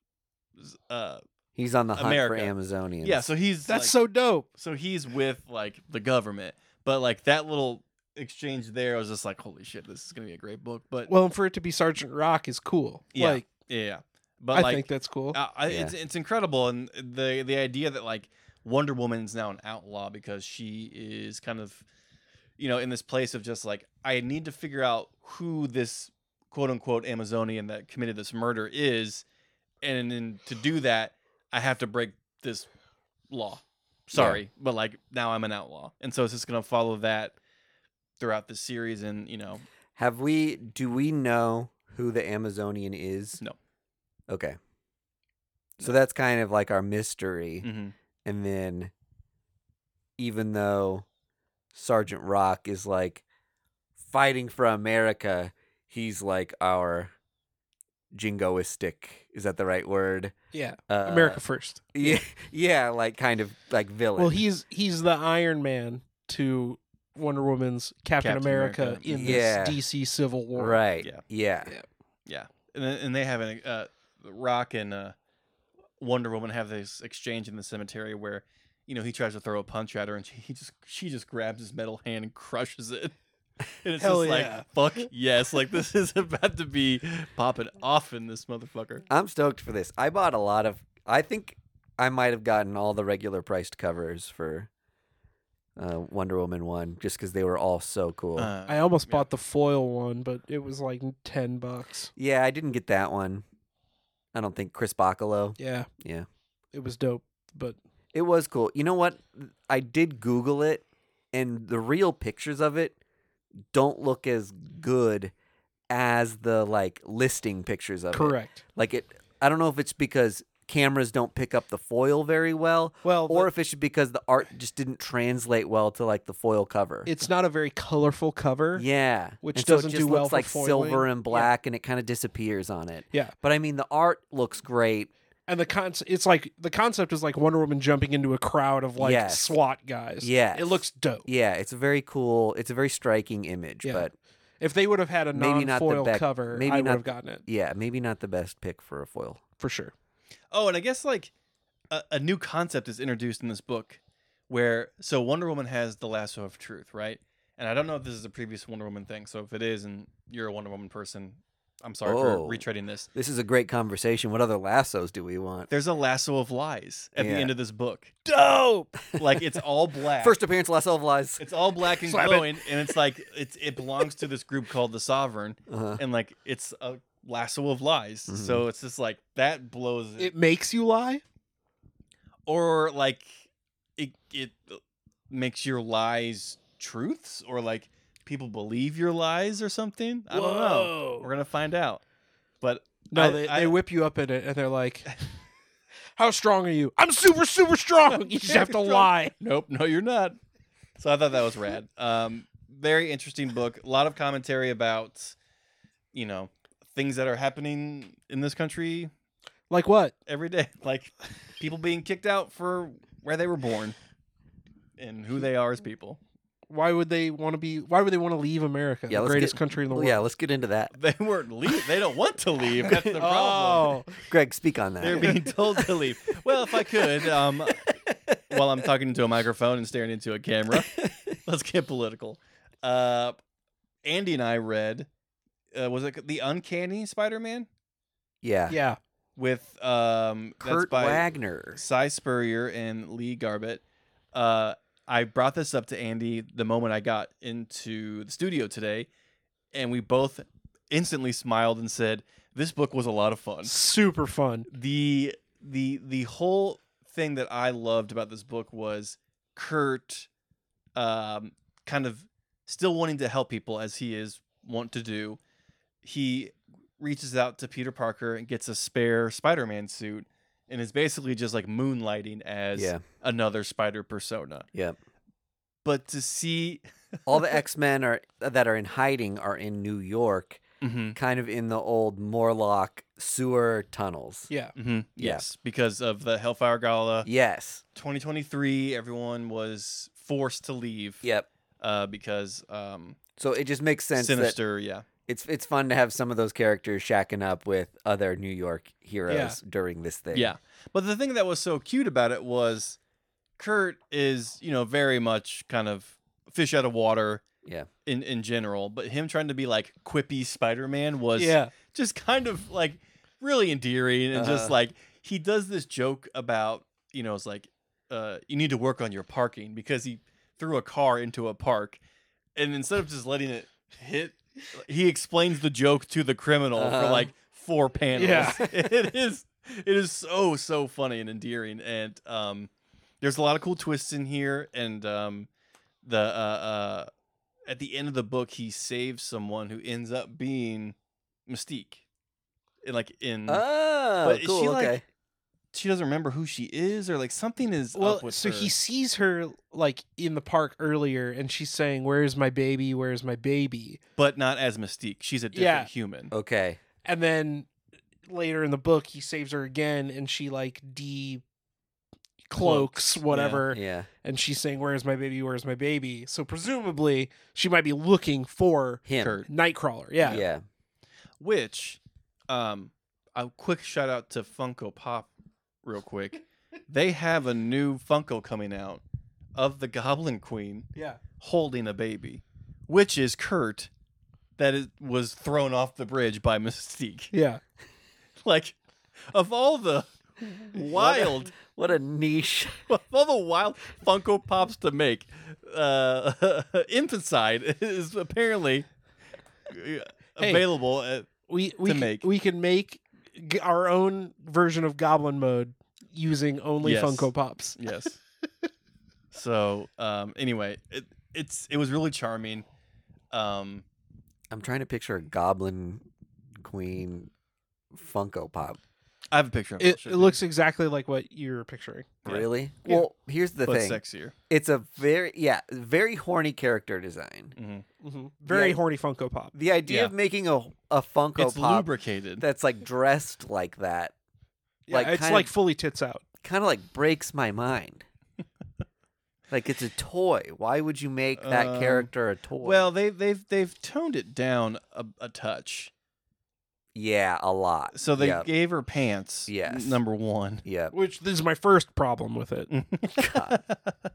uh
He's on the hunt for
America.
Amazonians.
yeah so he's
That's
like-
so dope.
so he's with like the government but like that little exchange there I was just like holy shit this is gonna be a great book but
Well, and for it to be Sergeant Rock is cool.
Yeah.
Like
yeah, yeah but
I
like uh,
think that's cool.
I, I,
Yeah.
it's it's incredible and the the idea that like Wonder Woman's now an outlaw because she is kind of you know in this place of just like I need to figure out who this quote unquote Amazonian that committed this murder is and then to do that I have to break this law. Sorry, but like now I'm an outlaw. And so it's just going to follow that throughout the series and you know
Have we? Do we know who the Amazonian is?
No.
Okay. So that's kind of like our mystery,
mhm.
and then even though Sergeant Rock is like fighting for America, he's like our jingoistic. Is that the right word?
yeah.
Uh,
America first.
Yeah, yeah, like kind of like villain.
Well, he's he's the Iron Man to Wonder Woman's Captain,
Captain
America,
America.
in
Yeah.
this DC Civil War.
right.
Yeah.
yeah.
and then, and they have an uh, Rock and uh, Wonder Woman have this exchange in the cemetery where you know he tries to throw a punch at her and she he just she just grabs his metal hand and crushes it. And it's
Hell
just
yeah.
like fuck yes, like this is about to be popping off in this motherfucker.
I'm stoked for this. I bought a lot of. I think I might have gotten all the regular priced covers for uh, Wonder Woman one, just because they were all so cool.
Uh,
I almost
yeah.
bought the foil one, but it was like ten bucks.
yeah, I didn't get that one. I don't think Chris Bacalo.
Yeah.
Yeah.
It was dope, but
It was cool. You know what? I did Google it, and the real pictures of it don't look as good as the like listing pictures of it.
correct.
Like it. I don't know if it's because cameras don't pick up the foil very well,
Well, the-
or if it's because the art just didn't translate well to like the foil cover.
it's not a very colorful cover.
yeah,
which
And so
doesn't
it just
do well
looks
for
like
foiling.
silver
Yeah.
and black, and it kind of disappears on it.
Yeah.
but I mean the art looks great.
and the concept it's like the concept is like Wonder Woman jumping into a crowd of like
Yes.
SWAT guys.
Yes.
it looks dope.
Yeah, it's a very cool. It's a very striking image,
Yeah.
but
If they would have had a
Maybe not the
non-foil
Beck-
cover,
maybe
I would
not
have gotten it
yeah, maybe not the best pick for a foil.
for sure.
Oh, and I guess like a, a new concept is introduced in this book where so Wonder Woman has the lasso of truth, right? And I don't know if this is a previous Wonder Woman thing. So if it is and you're a Wonder Woman person, I'm sorry
Oh.
for retreading this.
This is a great conversation. What other lassos do we want?
There's a lasso of lies at
Yeah.
the end of this book.
Dope.
Like it's all black.
First appearance, lasso of lies.
it's all black and
Slap it.
glowing, and it's like it's it belongs to this group called the Sovereign,
Uh-huh.
and like it's a lasso of lies.
Mhm.
So it's just like that blows
It makes you lie.
or like it it makes your lies truths or like people believe your lies or something i don't know
Whoa.
we're gonna find out but
No,
I-
they,
I-
they whip you up in it and they're like, "How strong are you? I'm super, super strong. You just have to
Strong.
lie."
nope no you're not so i thought that was rad um very interesting book a lot of commentary about you know things that are happening in this country
Like what?
every day like people being kicked out for where they were born and who they are as people
Why would they want to be? Why would they want to leave America,
Yeah,
the
let's
greatest
get-
country in the
Well,
world?
yeah, let's get into that.
They weren't leave. They don't want to leave. That's the problem.
Oh,
Greg, speak on
They're
that.
being told to leave. Well, if I could, um, while I'm talking into a microphone and staring into a camera, let's get political. Uh, Andy and I read, uh, was it the Uncanny Spider-Man
yeah.
Oh, yeah.
with um,
Kurt
that's by
Wagner.
Cy Spurrier and Lee Garbett. Uh, I brought this up to Andy the moment I got into the studio today, and we both instantly smiled and said, "This book was a lot of fun."
Super fun.
the the the whole thing that I loved about this book was Kurt um kind of still wanting to help people as he is want to do. He reaches out to Peter Parker and gets a spare Spider-Man suit and is basically just like moonlighting as
Yeah.
another spider persona.
Yeah.
But to see
All the X Men are that are in hiding are in New York,
mm-hmm,
kind of in the old Morlock sewer tunnels.
Yeah.
Yeah.
mm-hmm, yes, because of the Hellfire Gala
Yes.
2023 everyone was forced to leave.
Yep.
uh, because um,
So it just makes sense that
Sinister, yeah,
it's it's fun to have some of those characters shacking up with other New York heroes during this thing.
yeah. But the thing that was so cute about it was Kurt is you know very much kind of fish out of water,
Yeah.
in in general. But him trying to be like quippy Spider Man was
yeah.
just kind of like really endearing and just
Uh-huh.
like he does this joke about you know it's like uh, you need to work on your parking because he threw a car into a park, and instead of just letting it hit, he explains the joke to the criminal for
Uh-huh.
like four panels.
Yeah.
it is it is so so funny and endearing, and um, there's a lot of cool twists in here, and um, the uh, uh, at the end of the book he saves someone who ends up being Mystique, and like in
Uh?
Oh,
But is
cool.
she, like,
okay.
she doesn't remember who she is or like something is up
Well,
with
so
her.
he sees her like in the park earlier, and she's saying, "Where's my baby? Where's my baby?"
but not as Mystique. She's a different
Yeah. Oh,
human.
okay.
And then later in the book, he saves her again, and she like de
Cloaks,
cloaks whatever
Yeah.
and she's saying where's my baby where's my baby so presumably she might be looking for
Him.
Kurt.
nightcrawler yeah
Yeah.
Which, um, a quick shout out to Funko Pop, real quick. they have a new Funko coming out of the Goblin Queen
yeah
holding a baby, which is Kurt, that is, was thrown off the bridge by Mystique.
yeah
Like, of all the wild
What a niche.
of all the wild Funko Pops to make, uh, Infantside is apparently uh,
Hey.
available. At,
we we
To
can,
make.
we can make g- our own version of goblin mode using only
Yes.
funko pops
yes. so um, anyway, it, it's it was really charming. Um,
I'm trying to picture a Goblin Queen Funko Pop.
I have a picture of it. I'll
it,
show
it
you,
looks exactly like what you're picturing
Yeah.
Really?
Yeah.
Well, here's the
but
thing.
sexier.
It's a very yeah, very horny character design.
Mhm.
very
Yeah.
horny funko pop
The idea
Yeah.
of making a a Funko
It's
Pop
lubricated.
that's like dressed like that
Yeah,
Like,
it's
kind
like
of-
fully tits out
kind of like breaks my mind. like it's a toy. Why would you make that
Um,
character a toy?
well, they they've they've toned it down a, a touch.
yeah, a lot.
So they
yeah,
gave her pants.
Yes.
Number one.
yeah.
which this is my first problem with it
Mm.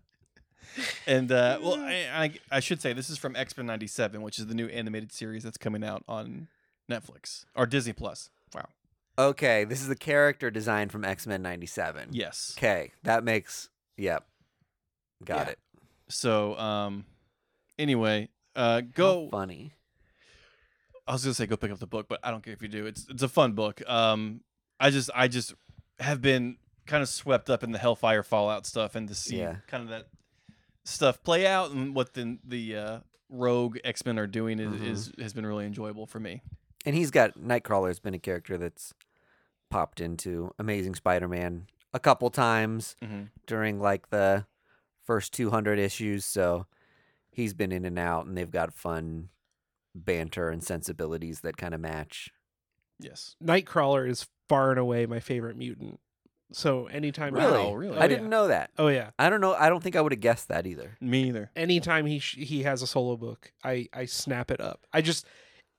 and uh, well, I, I I should say this is from X Men '97, which is the new animated series that's coming out on Netflix or Disney Plus. Wow.
Okay, this is the character design from X Men '97.
Yes.
Okay, that makes yep. Got
Yeah.
it.
So um, anyway, uh,
How
go.
funny.
I was gonna say go pick up the book, but I don't care if you do. It's it's a fun book. Um, I just I just have been kind of swept up in the Hellfire Fallout stuff and to see
Yeah.
kind of that stuff play out and what the the uh, Rogue X Men are doing is,
Mhm.
is has been really enjoyable for me.
And he's got Nightcrawler's been a character that's popped into Amazing Spider-Man a couple times
Mhm.
during like the first 200 issues, so he's been in and out and they've got fun banter and sensibilities that kind of match.
Yes.
nightcrawler is far and away my favorite mutant So anytime,
Really?
Wow, really?
I
Oh,
didn't
yeah.
know that.
oh yeah,
I don't know. I don't think I would have guessed that either.
Me either.
anytime he sh- he has a solo book, I I snap it up. I just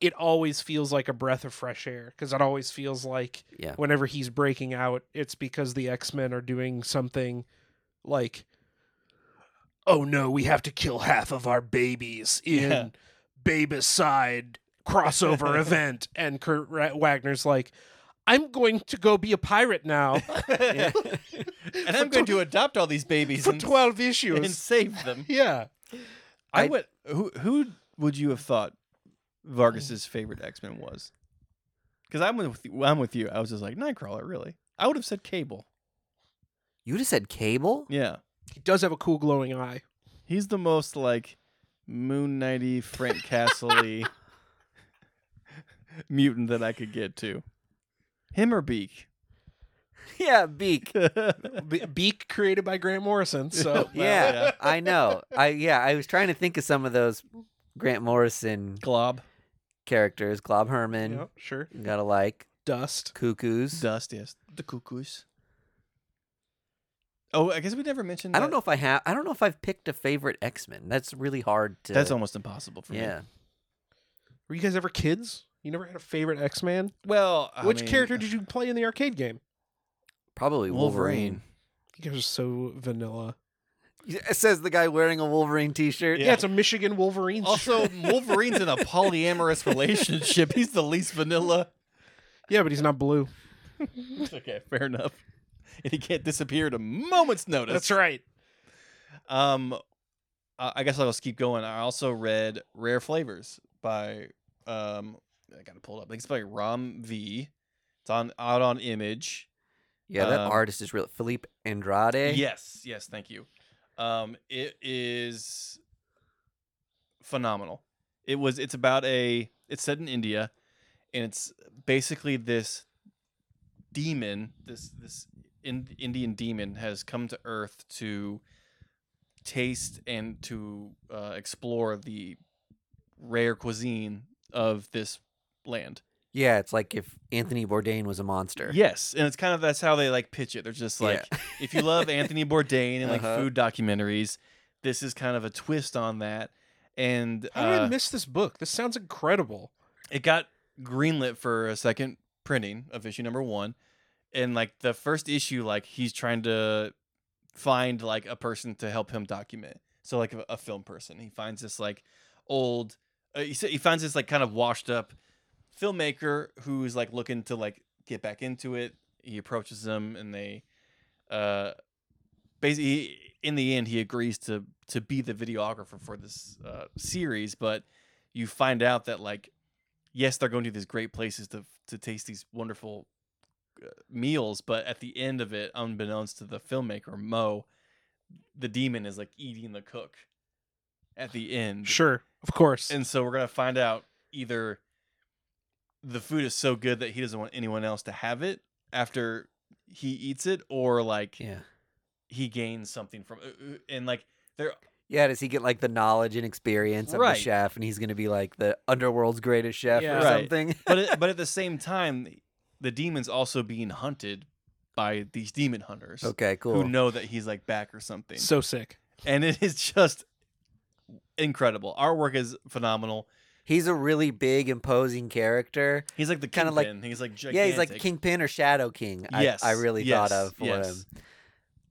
it always feels like a breath of fresh air because it always feels like
Yeah.
whenever he's breaking out, it's because the X Men are doing something like, oh no, we have to kill half of our babies in
Yeah.
Babicide crossover event. And Kurt Ra- Wagner's like, I'm going to go be a pirate now
Yeah.
and I'm going to adopt all these babies
for
and,
12
and
issues.
save them.
yeah.
I,
I-
would. Who who would you have thought Vargas's favorite X Men was? Because I'm with you, I'm with you. I was just like Nightcrawler. Really, I would have said Cable.
You would have said cable?
Yeah,
He does have a cool glowing eye.
he's the most like Moon Knighty, Frank Castle mutant that I could get to. Him or Beak.
Yeah, beak.
Be- Beak created by Grant Morrison. So,
yeah,
yeah.
I know. I yeah, I was trying to think of some of those Grant Morrison
Glob,
characters. Glob Herman,
yeah, sure.
you gotta like
Dust.
cuckoos.
Dust, yes, the Cuckoos. Oh, I guess we never mentioned.
I don't
that-
know if I have. I don't know if I've picked a favorite X Men. That's really hard to.
That's almost impossible for me.
Yeah.
Were you guys ever kids? You never had a favorite X Man?
Well, I
Which
mean, uh,
character did you play in the arcade game?
Probably Wolverine.
You guys are so vanilla.
It says the guy wearing a Wolverine T-shirt.
Yeah, Oh.
Yeah.
it's a Michigan Wolverine.
Also, Wolverine's in a polyamorous relationship. He's the least vanilla.
yeah, but he's not blue.
okay, fair enough. And he can't disappear at a moment's notice.
right.
Um, I I guess I'll just keep going. I also read Rare Flavors by um, I gotta pull it up. I think it's by Rom V. It's on out on Image.
Yeah, that
Um,
artist is real. Philippe Andrade.
Yes, yes, thank you. Um, it is phenomenal. It was. It's about a. It's set in India, and it's basically this demon. This this in, Indian demon has come to Earth to taste and to uh, explore the rare cuisine of this land.
Yeah, it's like if Anthony Bourdain was a monster.
Yes, and it's kind of that's how they like pitch it. They're just
Yeah.
like, if you love Anthony Bourdain and like
Uh-huh.
food documentaries, this is kind of a twist on that. And
How did I
uh,
miss this book? This sounds incredible.
it got greenlit for a second printing of issue number one. And like the first issue, like he's trying to find like a person to help him document. So like a, a film person, he finds this like old. Uh, he sa- he finds this like kind of washed up filmmaker who's like looking to like get back into it. He approaches them and they, uh, basically in the end he agrees to to be the videographer for this uh, series. But you find out that like yes, they're going to these great places to to taste these wonderful uh, meals, but at the end of it, unbeknownst to the filmmaker Mo, the demon is like eating the cook at the end.
Sure, of course.
And so we're gonna find out either the food is so good that he doesn't want anyone else to have it after he eats it, or like
Yeah.
he gains something from it. And like there
Yeah, does he get like the knowledge and experience of
Right.
the chef, and he's going to be like the underworld's greatest chef
Yeah.
or
Right.
something?
but it, but at the same time, the demon's also being hunted by these demon hunters
okay, Oh, cool.
who know that he's like back or something.
so sick.
and it is just incredible. Artwork is phenomenal.
He's a really big, imposing character.
He's like the kind
Kinda
of
like-
like he's like gigantic.
Yeah, he's like Kingpin or Shadow King. I,
Yes,
I really
yes,
thought of for
yes.
him.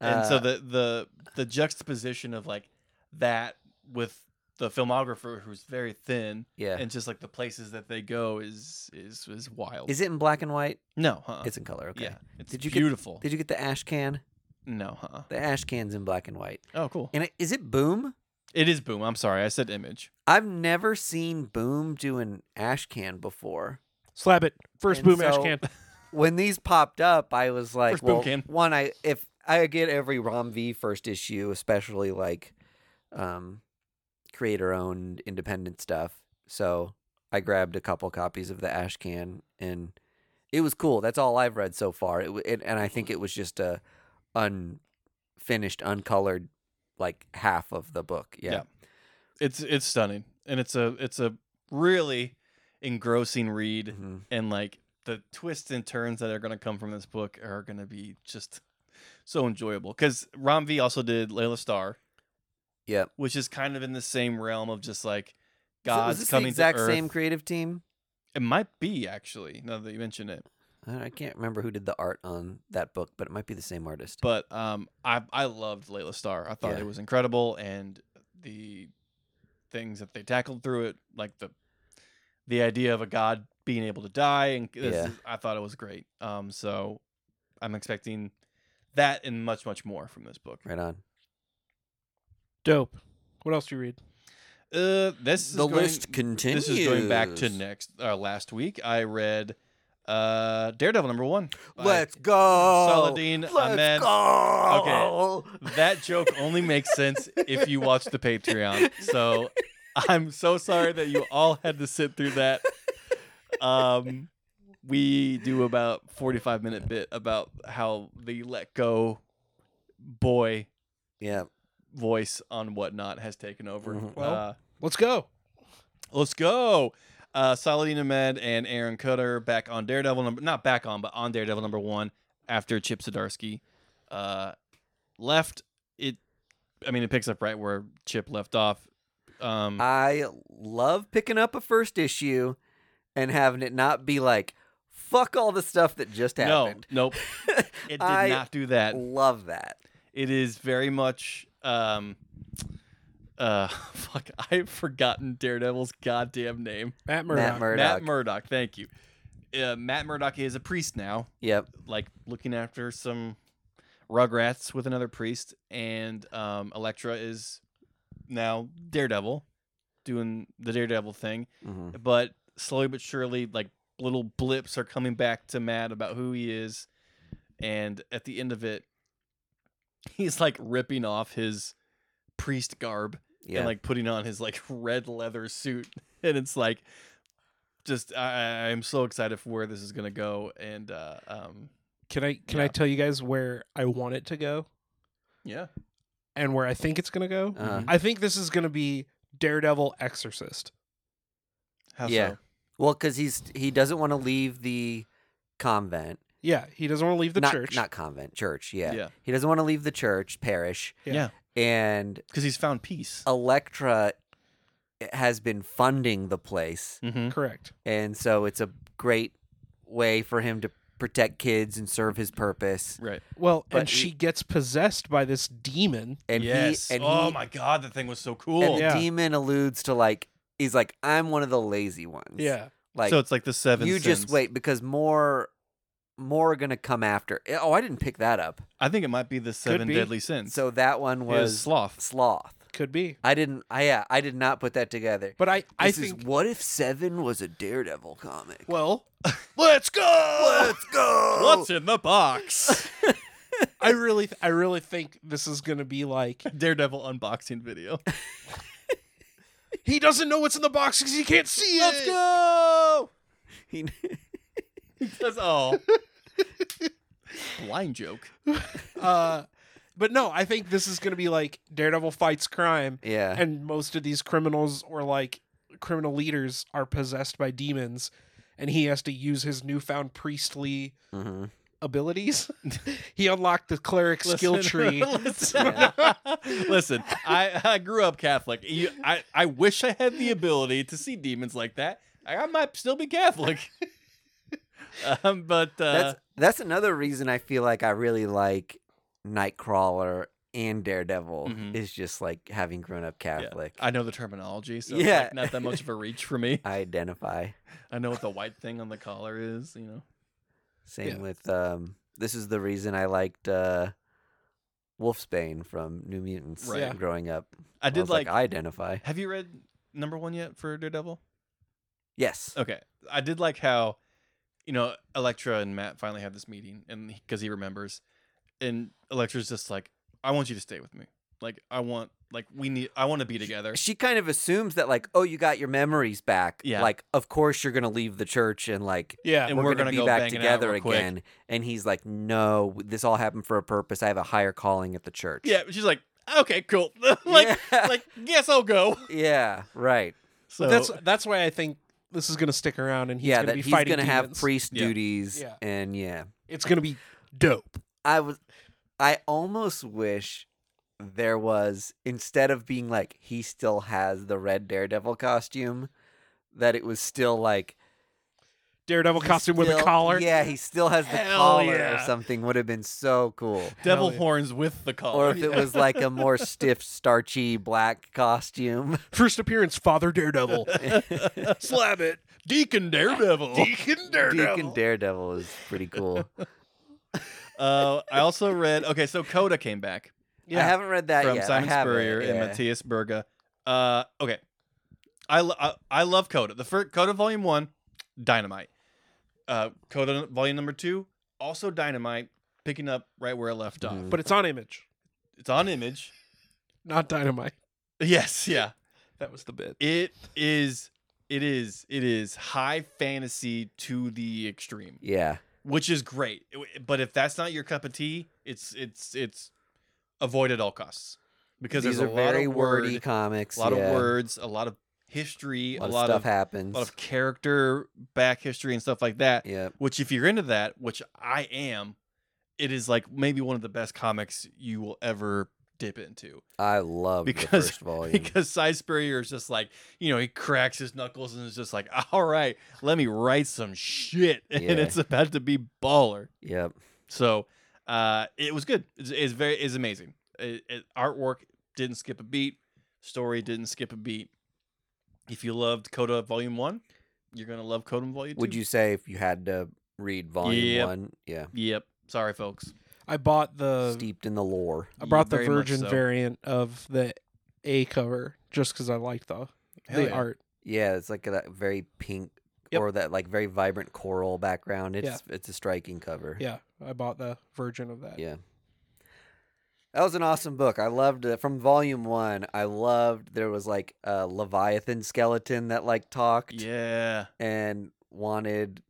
And
Uh,
so the the the juxtaposition of like that with the filmographer who's very thin
yeah,
and just like the places that they go is is is wild.
is it in black and white?
no, huh?
It's in color. Okay.
Uh, yeah. It's
Did you get-
beautiful.
Did you get the ash can?
no, huh?
The ash can's in black and white.
Oh, cool.
And it, is it Boom?
It is boom. I'm sorry. I said image.
I've never seen Boom do an ash can before.
Slab it. First
And
boom ash
so-
can.
when these popped up, I was like,
First boom
well,
can.
one, I if I get every Rom V first issue, especially like um, creator owned independent stuff. So I grabbed a couple copies of the Ash Can, and it was cool. That's all I've read so far. It, w- it and I think it was just a unfinished, uncolored like half of the book. Yeah.
Yeah. It's it's stunning, and it's a it's a really engrossing read,
Mhm.
and like the twists and turns that are going to come from this book are going to be just so enjoyable because Ron V also did Layla Star,
Yep.
which is kind of in the same realm of just like
So was
God's
this
coming
the exact
to Earth.
same creative team.
It might be actually now that you mention it,
I I can't remember who did the art on that book, but it might be the same artist.
but um, I I loved Layla Star. I thought
Yeah.
it was incredible, and the things that they tackled through it, like the the idea of a god being able to die, and this
Yeah.
is- I thought it was great. Um, so I'm expecting that and much much more from this book.
Right on.
Dope. What else do you read?
Uh, this is
the
going-
list continues.
This is going back to next uh, last week. I read uh, Daredevil number one. by
Let's go.
Saladin
Let's
Ahmed.
go.
That joke only makes sense if you watch the Patreon. So I'm so sorry that you all had to sit through that. Um, we do about 45 minute bit about how the let go boy
Yeah.
voice on whatnot has taken over.
Mhm.
Well,
uh,
Let's go.
Let's go. Uh, Saladin Ahmed and Aaron Cutter back on Daredevil number, not back on, but on Daredevil number one after Chip Zdarsky uh, left. It, I mean, it picks up right where Chip left off. Um,
I love picking up a first issue and having it not be like, fuck all the stuff that just
no,
happened.
nope, it did
I
not do that.
Love that.
It is very much, um, uh, fuck, I've forgotten Daredevil's goddamn name.
Matt Murdock.
Matt Murdock.
Matt Murdock. Thank you. Uh, Matt Murdock is a priest now.
Yep.
like looking after some rugrats with another priest and um Elektra is now Daredevil doing the Daredevil thing
hmm
but slowly but surely like little blips are coming back to Matt about who he is and at the end of it he's like ripping off his priest garb
Yeah.
and like putting on his like red leather suit and it's like just I, I- I'm so excited for where this is gonna go and uh um
Can I can I
Yeah.
tell you guys where I want it to go
yeah
and where I think it's gonna go?
uh,
mm-hmm.
I think this is gonna be Daredevil Exorcist.
How
Yeah.
so?
well, because he's he doesn't want to leave the convent.
Yeah, he doesn't want to leave the
not,
church.
Not convent, church. Yeah.
Yeah.
He doesn't want to leave the church, parish.
Yeah.
Yeah.
And
Because he's found peace.
Electra has been funding the place.
Mm-hmm.
Correct.
And so it's a great way for him to protect kids and serve his purpose.
Right.
Well,
But
and
he-
she gets possessed by this demon.
And
yes.
he and
oh
he,
my God, the thing was so cool.
and the
Yeah.
demon alludes to like he's like I'm one of the lazy ones.
Yeah.
Like
so it's like the seven.
you just
sins.
wait because more more are going to come after. Oh, I didn't pick that up.
I think it might be the seven
be.
deadly sins.
So that one
It
was
sloth.
sloth.
Could be.
I didn't I yeah, I did not put that together.
But I I
This is
think
what if Seven was a Daredevil comic?
well,
Let's go.
Let's go.
What's in the box?
I really I really think this is going to be like
Daredevil unboxing video.
he doesn't know what's in the box cuz he can't see
Let's
it.
go.
He-
That's all. Blind joke.
Uh but no, I think this is going to be like Daredevil fights crime
yeah.
and most of these criminals or like criminal leaders are possessed by demons and he has to use his newfound priestly
Mhm.
abilities. he unlocked the cleric skill
Listen-
tree.
listen, Listen, I, I grew up Catholic. You, I, I wish I had the ability to see demons like that. I, I might still be Catholic. um, but uh,
That's that's another reason I feel like I really like Nightcrawler and Daredevil
Mhm.
is just like having grown up
yeah,
Catholic.
I know the terminology, so
Yeah.
it's like not that much of a reach for me.
I, identify.
I know what the white thing on the collar is. You know,
Same
Yeah.
with um this is the reason I liked uh Wolfsbane from New Mutants
Right. Yeah.
growing up.
I did
was
like.
I identify.
have you read number one yet for Daredevil?
Yes.
Okay, I did like how, you know, Elektra and Matt finally have this meeting, and because he remembers, and Elektra's just like, "I want you to stay with me. Like, I want, like, we need, I want to be together."
She kind of assumes that like, oh, you got your memories back.
Yeah.
Like, of course you're gonna leave the church and like
yeah.
And
we're,
we're
gonna,
gonna
be
go
back
banging out
together
real quick.
again. And he's like, no, this all happened for a purpose. I have a higher calling at the church.
Yeah, but she's like, "Okay, cool. like,
yeah.
like, yes, I'll go."
yeah, right.
So
that's that's why I think this is going to stick around and he's
yeah,
going to
that
be
he's
fighting
gonna have
demons.
priest
Yeah.
duties
Yeah.
and yeah.
it's going to be dope.
I was I almost wish there was instead of being like he still has the red daredevil costume that it was still like
Daredevil
he
costume with a
still-
collar.
yeah he still has the
Hell
collar or
yeah.
something would have been so cool
Devil
Hell yeah.
horns with the collar.
or if it was like a more stiff starchy black costume
First appearance, Father Daredevil. Slab it.
Deacon Daredevil.
Deacon
Deacon Daredevil is pretty cool
uh, I also read. Okay, so Coda came back
I haven't read that
from
yet
Simon
Uh, I haven't,
Spurrier and
yeah.
Matthias Berga. Uh, okay, I, lo- I I love Coda. The first Coda Volume One, dynamite. Uh, Coda Volume Number Two, also dynamite. Picking up right where it left off.
Mhm.
But it's on image,
It's on Image.
not dynamite.
Yes, yeah.
That was the bit.
It is. It is. It is high fantasy to the extreme.
yeah
which is great. It- But if that's not your cup of tea, it's it's it's avoid at all costs because
these
there's
are
a lot
very
of
wordy
word,
comics
a lot
yeah.
of words, a lot of history,
a
a
lot,
lot
of stuff
of, a
happens
lot of character back history and stuff like that.
yeah
Which, if you're into that, which I am, it is like maybe one of the best comics you will ever dip into
I love the
Because-
first volume
because Cy Spurrier is just like you know he cracks his knuckles and is just like all right let me write some shit and
Yeah.
it's about to be baller
yep
so uh, it was good. It's, it's very it's amazing. It, it- artwork didn't skip a beat. Story didn't skip a beat. If you loved Coda Volume One, you're gonna love Coda Volume Two.
would you say if you had to read volume
Yep.
one yeah
Yep. Sorry, folks.
I bought
Uh,
the
steeped in the lore
I bought the
Very much
Virgin
so.
variant of the A cover just because I liked the
Hell
the
yeah.
art.
Yeah, it's like that very pink
Yep.
or that like very vibrant coral background. It's it's a striking cover.
Yeah, I bought the Virgin of that.
Yeah. That was an awesome book. I loved it. From volume one, I loved there was like a Leviathan skeleton that like talked
Yeah.
and wanted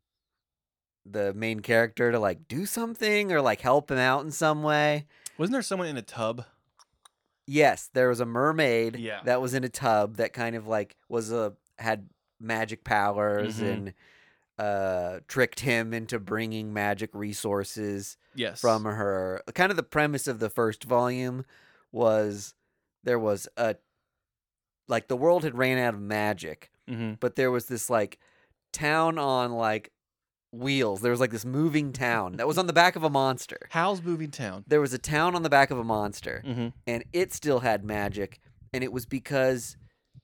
the main character to like do something or like help him out in some way.
Wasn't there someone in a tub?
Yes, there was a mermaid
Yeah.
that was in a tub that kind of like was a had magic powers
Mhm.
and uh tricked him into bringing magic resources
Yes.
from her. Kind of the premise of the first volume was there was a like the world had ran out of magic,
Mhm.
but there was this like town on like wheels. There was like this moving town that was on the back of a monster.
Howl's Moving Town.
There was a town on the back of a monster
Mm-hmm.
and it still had magic and it was because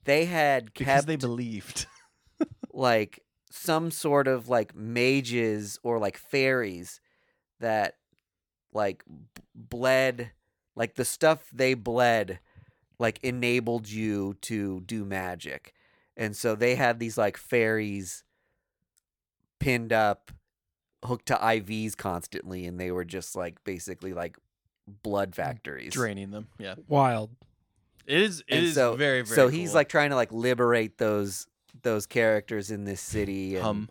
they had
Because
kept
they believed.
like some sort of like mages or like fairies that like b- bled like the stuff they bled like enabled you to do magic and so they had these like fairies pinned up hooked to IVs constantly and they were just like basically like
Mm,
blood factories
Draining them. Yeah.
Wild.
It is. It
And
is
so-
very very.
so he's
cool.
like trying to like liberate those those characters in this city and,
hum.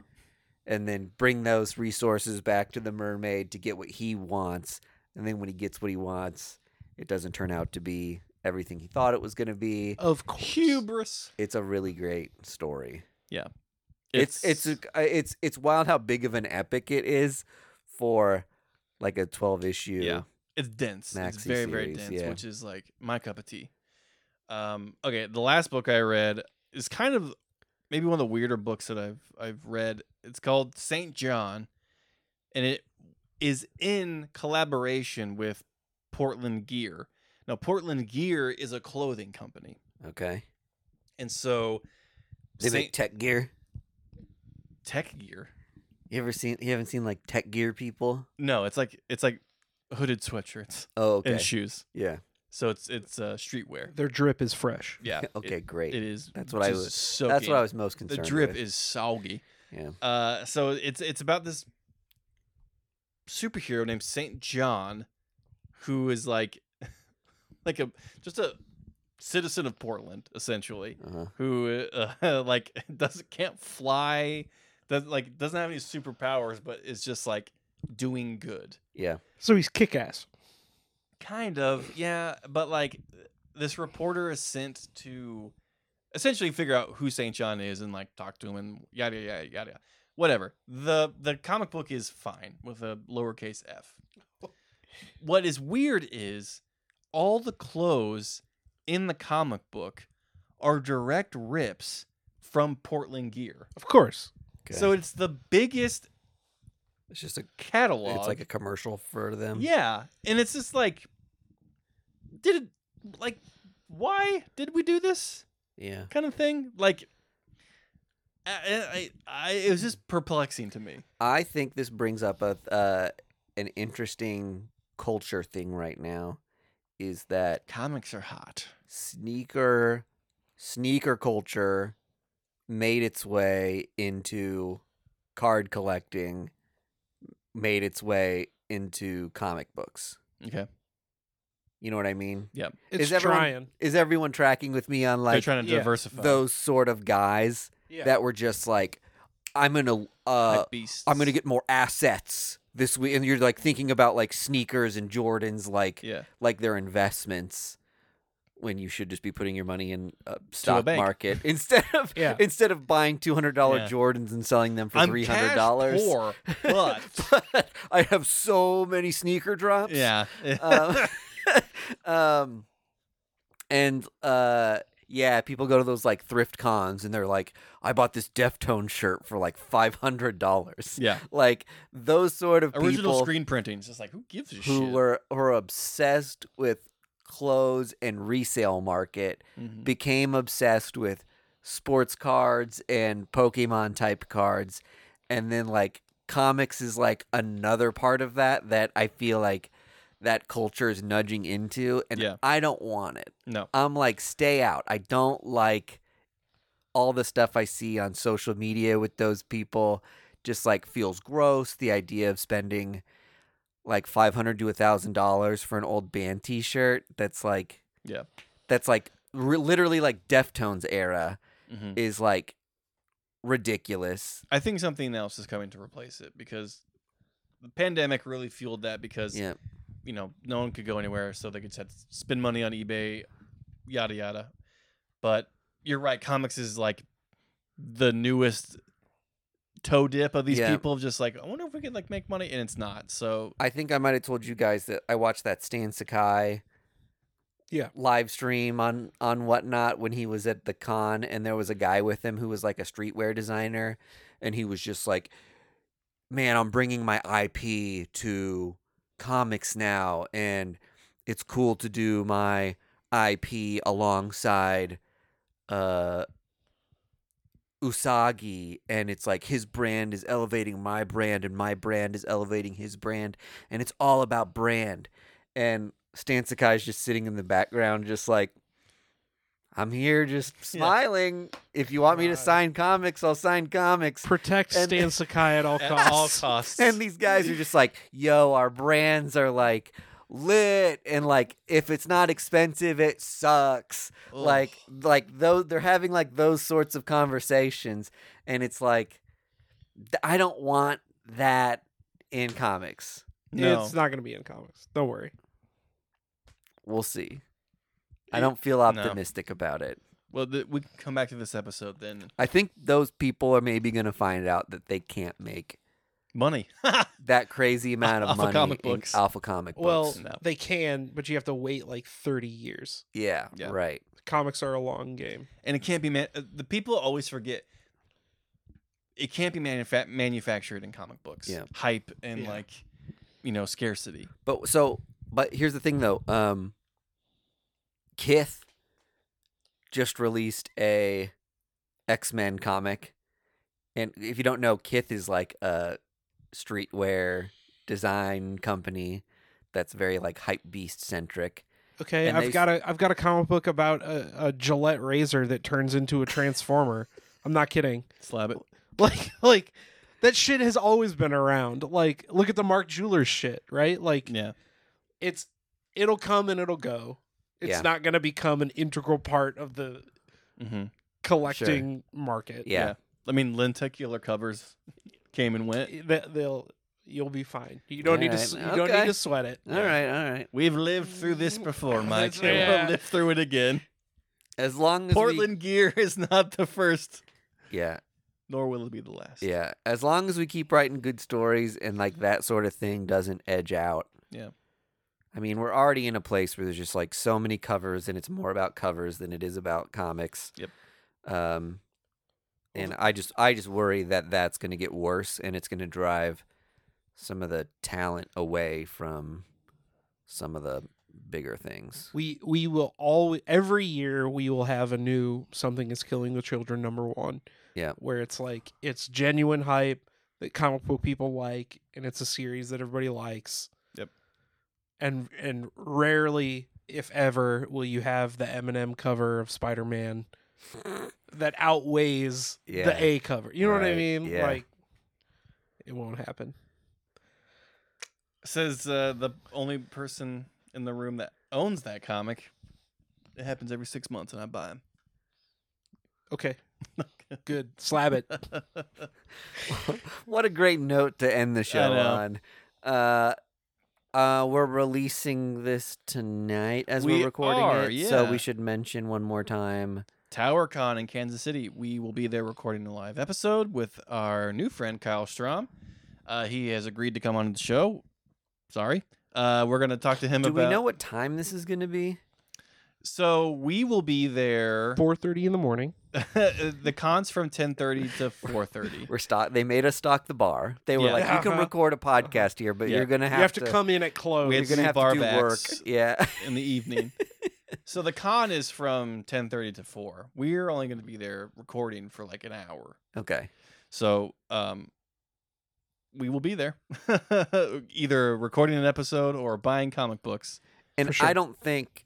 and then bring those resources back to the mermaid to get what he wants and then when he gets what he wants it doesn't turn out to be everything he thought it was going to be
Uh.
Of course.
Hubris.
it's a really great story
It's
it's it's it's uh, it's, it's wild how big of an epic it is for like a 12 issue
Yeah. it's dense.
Maxi
it's very very
series,
dense,
yeah.
which is like my cup of tea. Um, okay, the last book I read is kind of maybe one of the weirder books that I've I've read. It's called Saint John, and it is in collaboration with Portland Gear. Now, Portland Gear is a clothing company,
okay
and so
they make
Saint
tech gear
Tech Gear.
you ever seen you haven't seen like tech gear people
No, it's like it's like hooded sweatshirts
oh okay
and shoes.
yeah
So it's it's uh, streetwear.
Their drip is fresh.
Yeah.
okay
It,
great
it is.
That's what I
just
was-
soaking.
That's what I was most
the
concerned.
drip
with.
is soggy.
Yeah.
Uh, so it's it's about this superhero named Saint John, who is like, like a just a citizen of Portland essentially,
uh
who uh, like doesn't can't fly, does like doesn't have any superpowers, but is just like doing good.
yeah.
So he's kick ass.
Kind of, yeah. But like, this reporter is sent to essentially figure out who Saint John is and like talk to him and yada yada yada. Whatever. the The comic book is fine with a lowercase f. what is weird is all the clothes in the comic book are direct rips from Portland gear.
Of course.
So it's the biggest
it's just a
catalog.
it's like a commercial for them.
yeah, and it's just like, did it like why did we do this
Yeah.
kind of thing? Like, I, I, I it was just perplexing to me.
I think this brings up a uh, an interesting culture thing right now is that
Comics are hot.
sneaker sneaker culture made its way into card collecting made its way into comic books
Okay,
you know what i mean
It's
Is everyone-
trying.
is everyone tracking with me on
they're
like
trying to
yeah,
diversify
those sort of guys
Yeah.
that were just like i'm gonna uh
beasts.
i'm gonna get more assets this week and you're like thinking about like sneakers and jordans like
yeah.
like their investments when you should just be putting your money in a stock
bank.
market instead of
Yeah.
instead of buying two hundred dollar
Yeah.
Jordans and selling them for
I'm
three
cash
hundred dollars.
poor, but
I have so many sneaker drops.
yeah,
Um, um, and uh, yeah, people go to those like thrift cons and they're like, I bought this Deftone shirt for like five hundred dollars.
yeah.
Like those sort of
Original
people
screen printings. It's like who gives a
who
shit?
were who are obsessed with clothes and resale market
Mhm.
became obsessed with sports cards and Pokemon type cards and then like comics is like another part of that that I feel like that culture is nudging into and
Yeah.
I don't want it.
No.
I'm like stay out. I don't like all the stuff I see on social media with those people just like feels gross the idea of spending like 500 to a $1000 for an old band t-shirt that's like
Yeah.
that's like re- literally like Deftones era
Mhm.
is like ridiculous.
I think something else is coming to replace it because the pandemic really fueled that because
Yeah.
you know no one could go anywhere, so they could set, spend money on eBay, yada yada. But you're right, comics is like the newest toe dip of these
Yeah.
people. Just like I wonder if we could like make money, and it's not. So
I think I might have told you guys that I watched that Stan Sakai
Yeah.
live stream on on whatnot when he was at the con and there was a guy with him who was like a streetwear designer and he was just like man I'm bringing my IP to comics now and it's cool to do my IP alongside uh Usagi and it's like his brand is elevating my brand and my brand is elevating his brand and it's all about brand and Stan Sakai is just sitting in the background just like I'm here just smiling if you want me to
God.
sign comics I'll sign comics
Protect
And-
Stan Sakai at all
at
costs.
all costs,
and these guys are just like, yo, our brands are like lit and like if it's not expensive it sucks.
Ugh.
Like like those they're having like those sorts of conversations and it's like th- I don't want that in comics.
no.
It's not going to be in comics. Don't worry.
We'll see.
It-
I don't feel
no.
optimistic about it.
well, th- we can come back to this episode then.
I think those people are maybe going to find out that they can't make
Money.
that crazy amount of
Alpha
money
comic
in
books.
alpha comic
Well,
books.
No.
they can, but you have to wait like 30 years.
Yeah,
Yeah.
right.
Comics are a long game.
and it can't be man. uh, The people always forget. It can't be manufa- manufactured in comic books.
Yeah.
Hype and
Yeah.
like, you know, scarcity.
But so, but here's the thing though. Um, Kith just released a X Men comic, and if you don't know, Kith is like a streetwear design company that's very like hype beast centric.
Okay,
And
I've
they-
got a I've got a comic book about a, a Gillette razor that turns into a transformer. I'm not kidding.
Slab it.
Like like that shit has always been around. Like look at the Mark Jewelers shit, right? Like
Yeah.
it's it'll come and it'll go. It's
Yeah.
not going to become an integral part of the
hmm
collecting market.
Yeah,
I mean, lenticular covers came and went.
They, will you'll be fine. You don't need to
Alright,
s- you don't
okay.
need to sweat it.
all right, all right.
We've lived through this before, Mike.
That's
and
right.
We'll live through it again.
As long as we-
Portland gear is not the first,
yeah,
nor will it be the last.
yeah. As long as we keep writing good stories and like that sort of thing doesn't edge out.
Mm-hmm. Yeah.
I mean, we're already in a place where there's just like so many covers, and it's more about covers than it is about comics.
Yep.
Um, and I just I just worry that that's going to get worse, and it's going to drive some of the talent away from some of the bigger things.
We we will all every year we will have a new something is killing the children number one.
Yeah.
where it's like it's genuine hype that comic book people like, and it's a series that everybody likes.
Yep.
And and rarely, if ever, will you have the Eminem cover of Spider Man that outweighs
Yeah.
the A cover. You know what I
Right,
mean?
yeah.
Like, it won't happen.
Says uh, the only person in the room that owns that comic. It happens every six months, and I buy them.
Okay, good. Slab it.
what a great note to end the show
know.
on. Uh, uh, we're releasing this tonight as
We
are recording
are,
it, so
yeah.
we should mention one more time.
TowerCon in Kansas City. We will be there recording a live episode with our new friend Kyle Strom. Uh, he has agreed to come on the show. Sorry, uh, we're going to talk to him
Do
about.
we know what time this is going to be?
So we will be there.
Four thirty in the morning.
the con's from ten thirty to four thirty.
We're stock. They made us stock the bar. They were
Yeah.
like, "You can
Uh-huh.
record a podcast here, but
Yeah.
you're gonna have,
you have to, come in at close.
We
You're
had
gonna have to
bar
do
backs.
work." Yeah,
in the evening. so the con is from 10:30 to 4. We're only going to be there recording for like an hour.
okay.
So, um we will be there either recording an episode or buying comic books.
And
For sure.
I don't think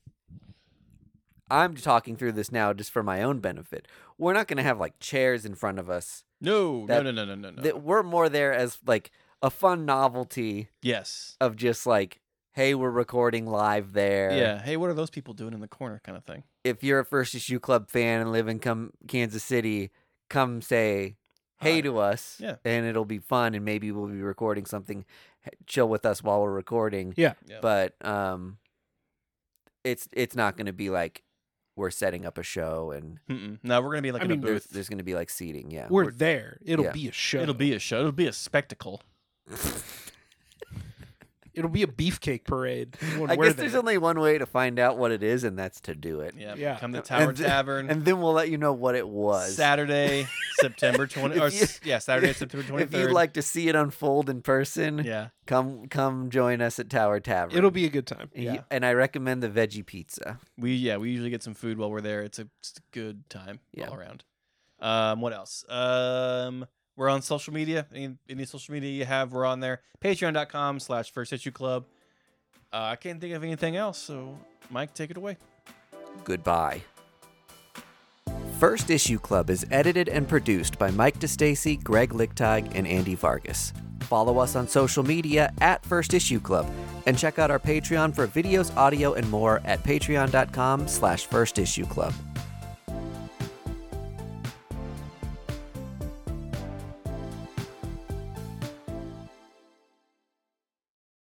I'm talking through this now just for my own benefit. We're not gonna have like chairs in front of us.
No,
That-
no, no, no, no, no.
That we're more there as like a fun novelty
yes.
of just like, hey, we're recording live there.
Yeah. Hey, what are those people doing in the corner kind of thing?
If you're a First Issue Club fan and live in come Kansas City, come say hey
Hi.
to us.
Yeah.
And it'll be fun, and maybe we'll be recording something. h- Chill with us while we're recording.
Yeah.
Yeah.
But um, it's it's not going to be like we're setting up a show and
Mm-mm. No, we're going to be like
I
in
mean,
a
there-
booth.
there's going to be like seating. Yeah.
We're there. It'll
Yeah.
be a show.
It'll be a show. It'll be a spectacle.
It'll be a beefcake parade. when
I
we're
guess there's
there.
only one way to find out what it is, and that's to do it.
Yeah.
Yeah.
Come to
And
Tower
th-
Tavern.
And then we'll let you know what it was.
Saturday, September 20 or
If you-
s- yeah, Saturday, September 23rd.
If you'd like to see it unfold in person,
yeah.
come come join us at Tower Tavern.
It'll be a good time.
And you- And I recommend the veggie pizza.
We yeah, we usually get some food while we're there. It's a, it's a good time
Yeah.
all around. Um, what else? Um, we're on social media. Any, any social media you have, we're on there. Patreon.com slash first issue club. Uh, I can't think of anything else, so Mike, take it away.
Goodbye. First Issue Club is edited and produced by Mike DeStacy, Greg Lichtag, and Andy Vargas. Follow us on social media at First Issue Club and check out our Patreon for videos, audio, and more at patreon.com slash first issue club.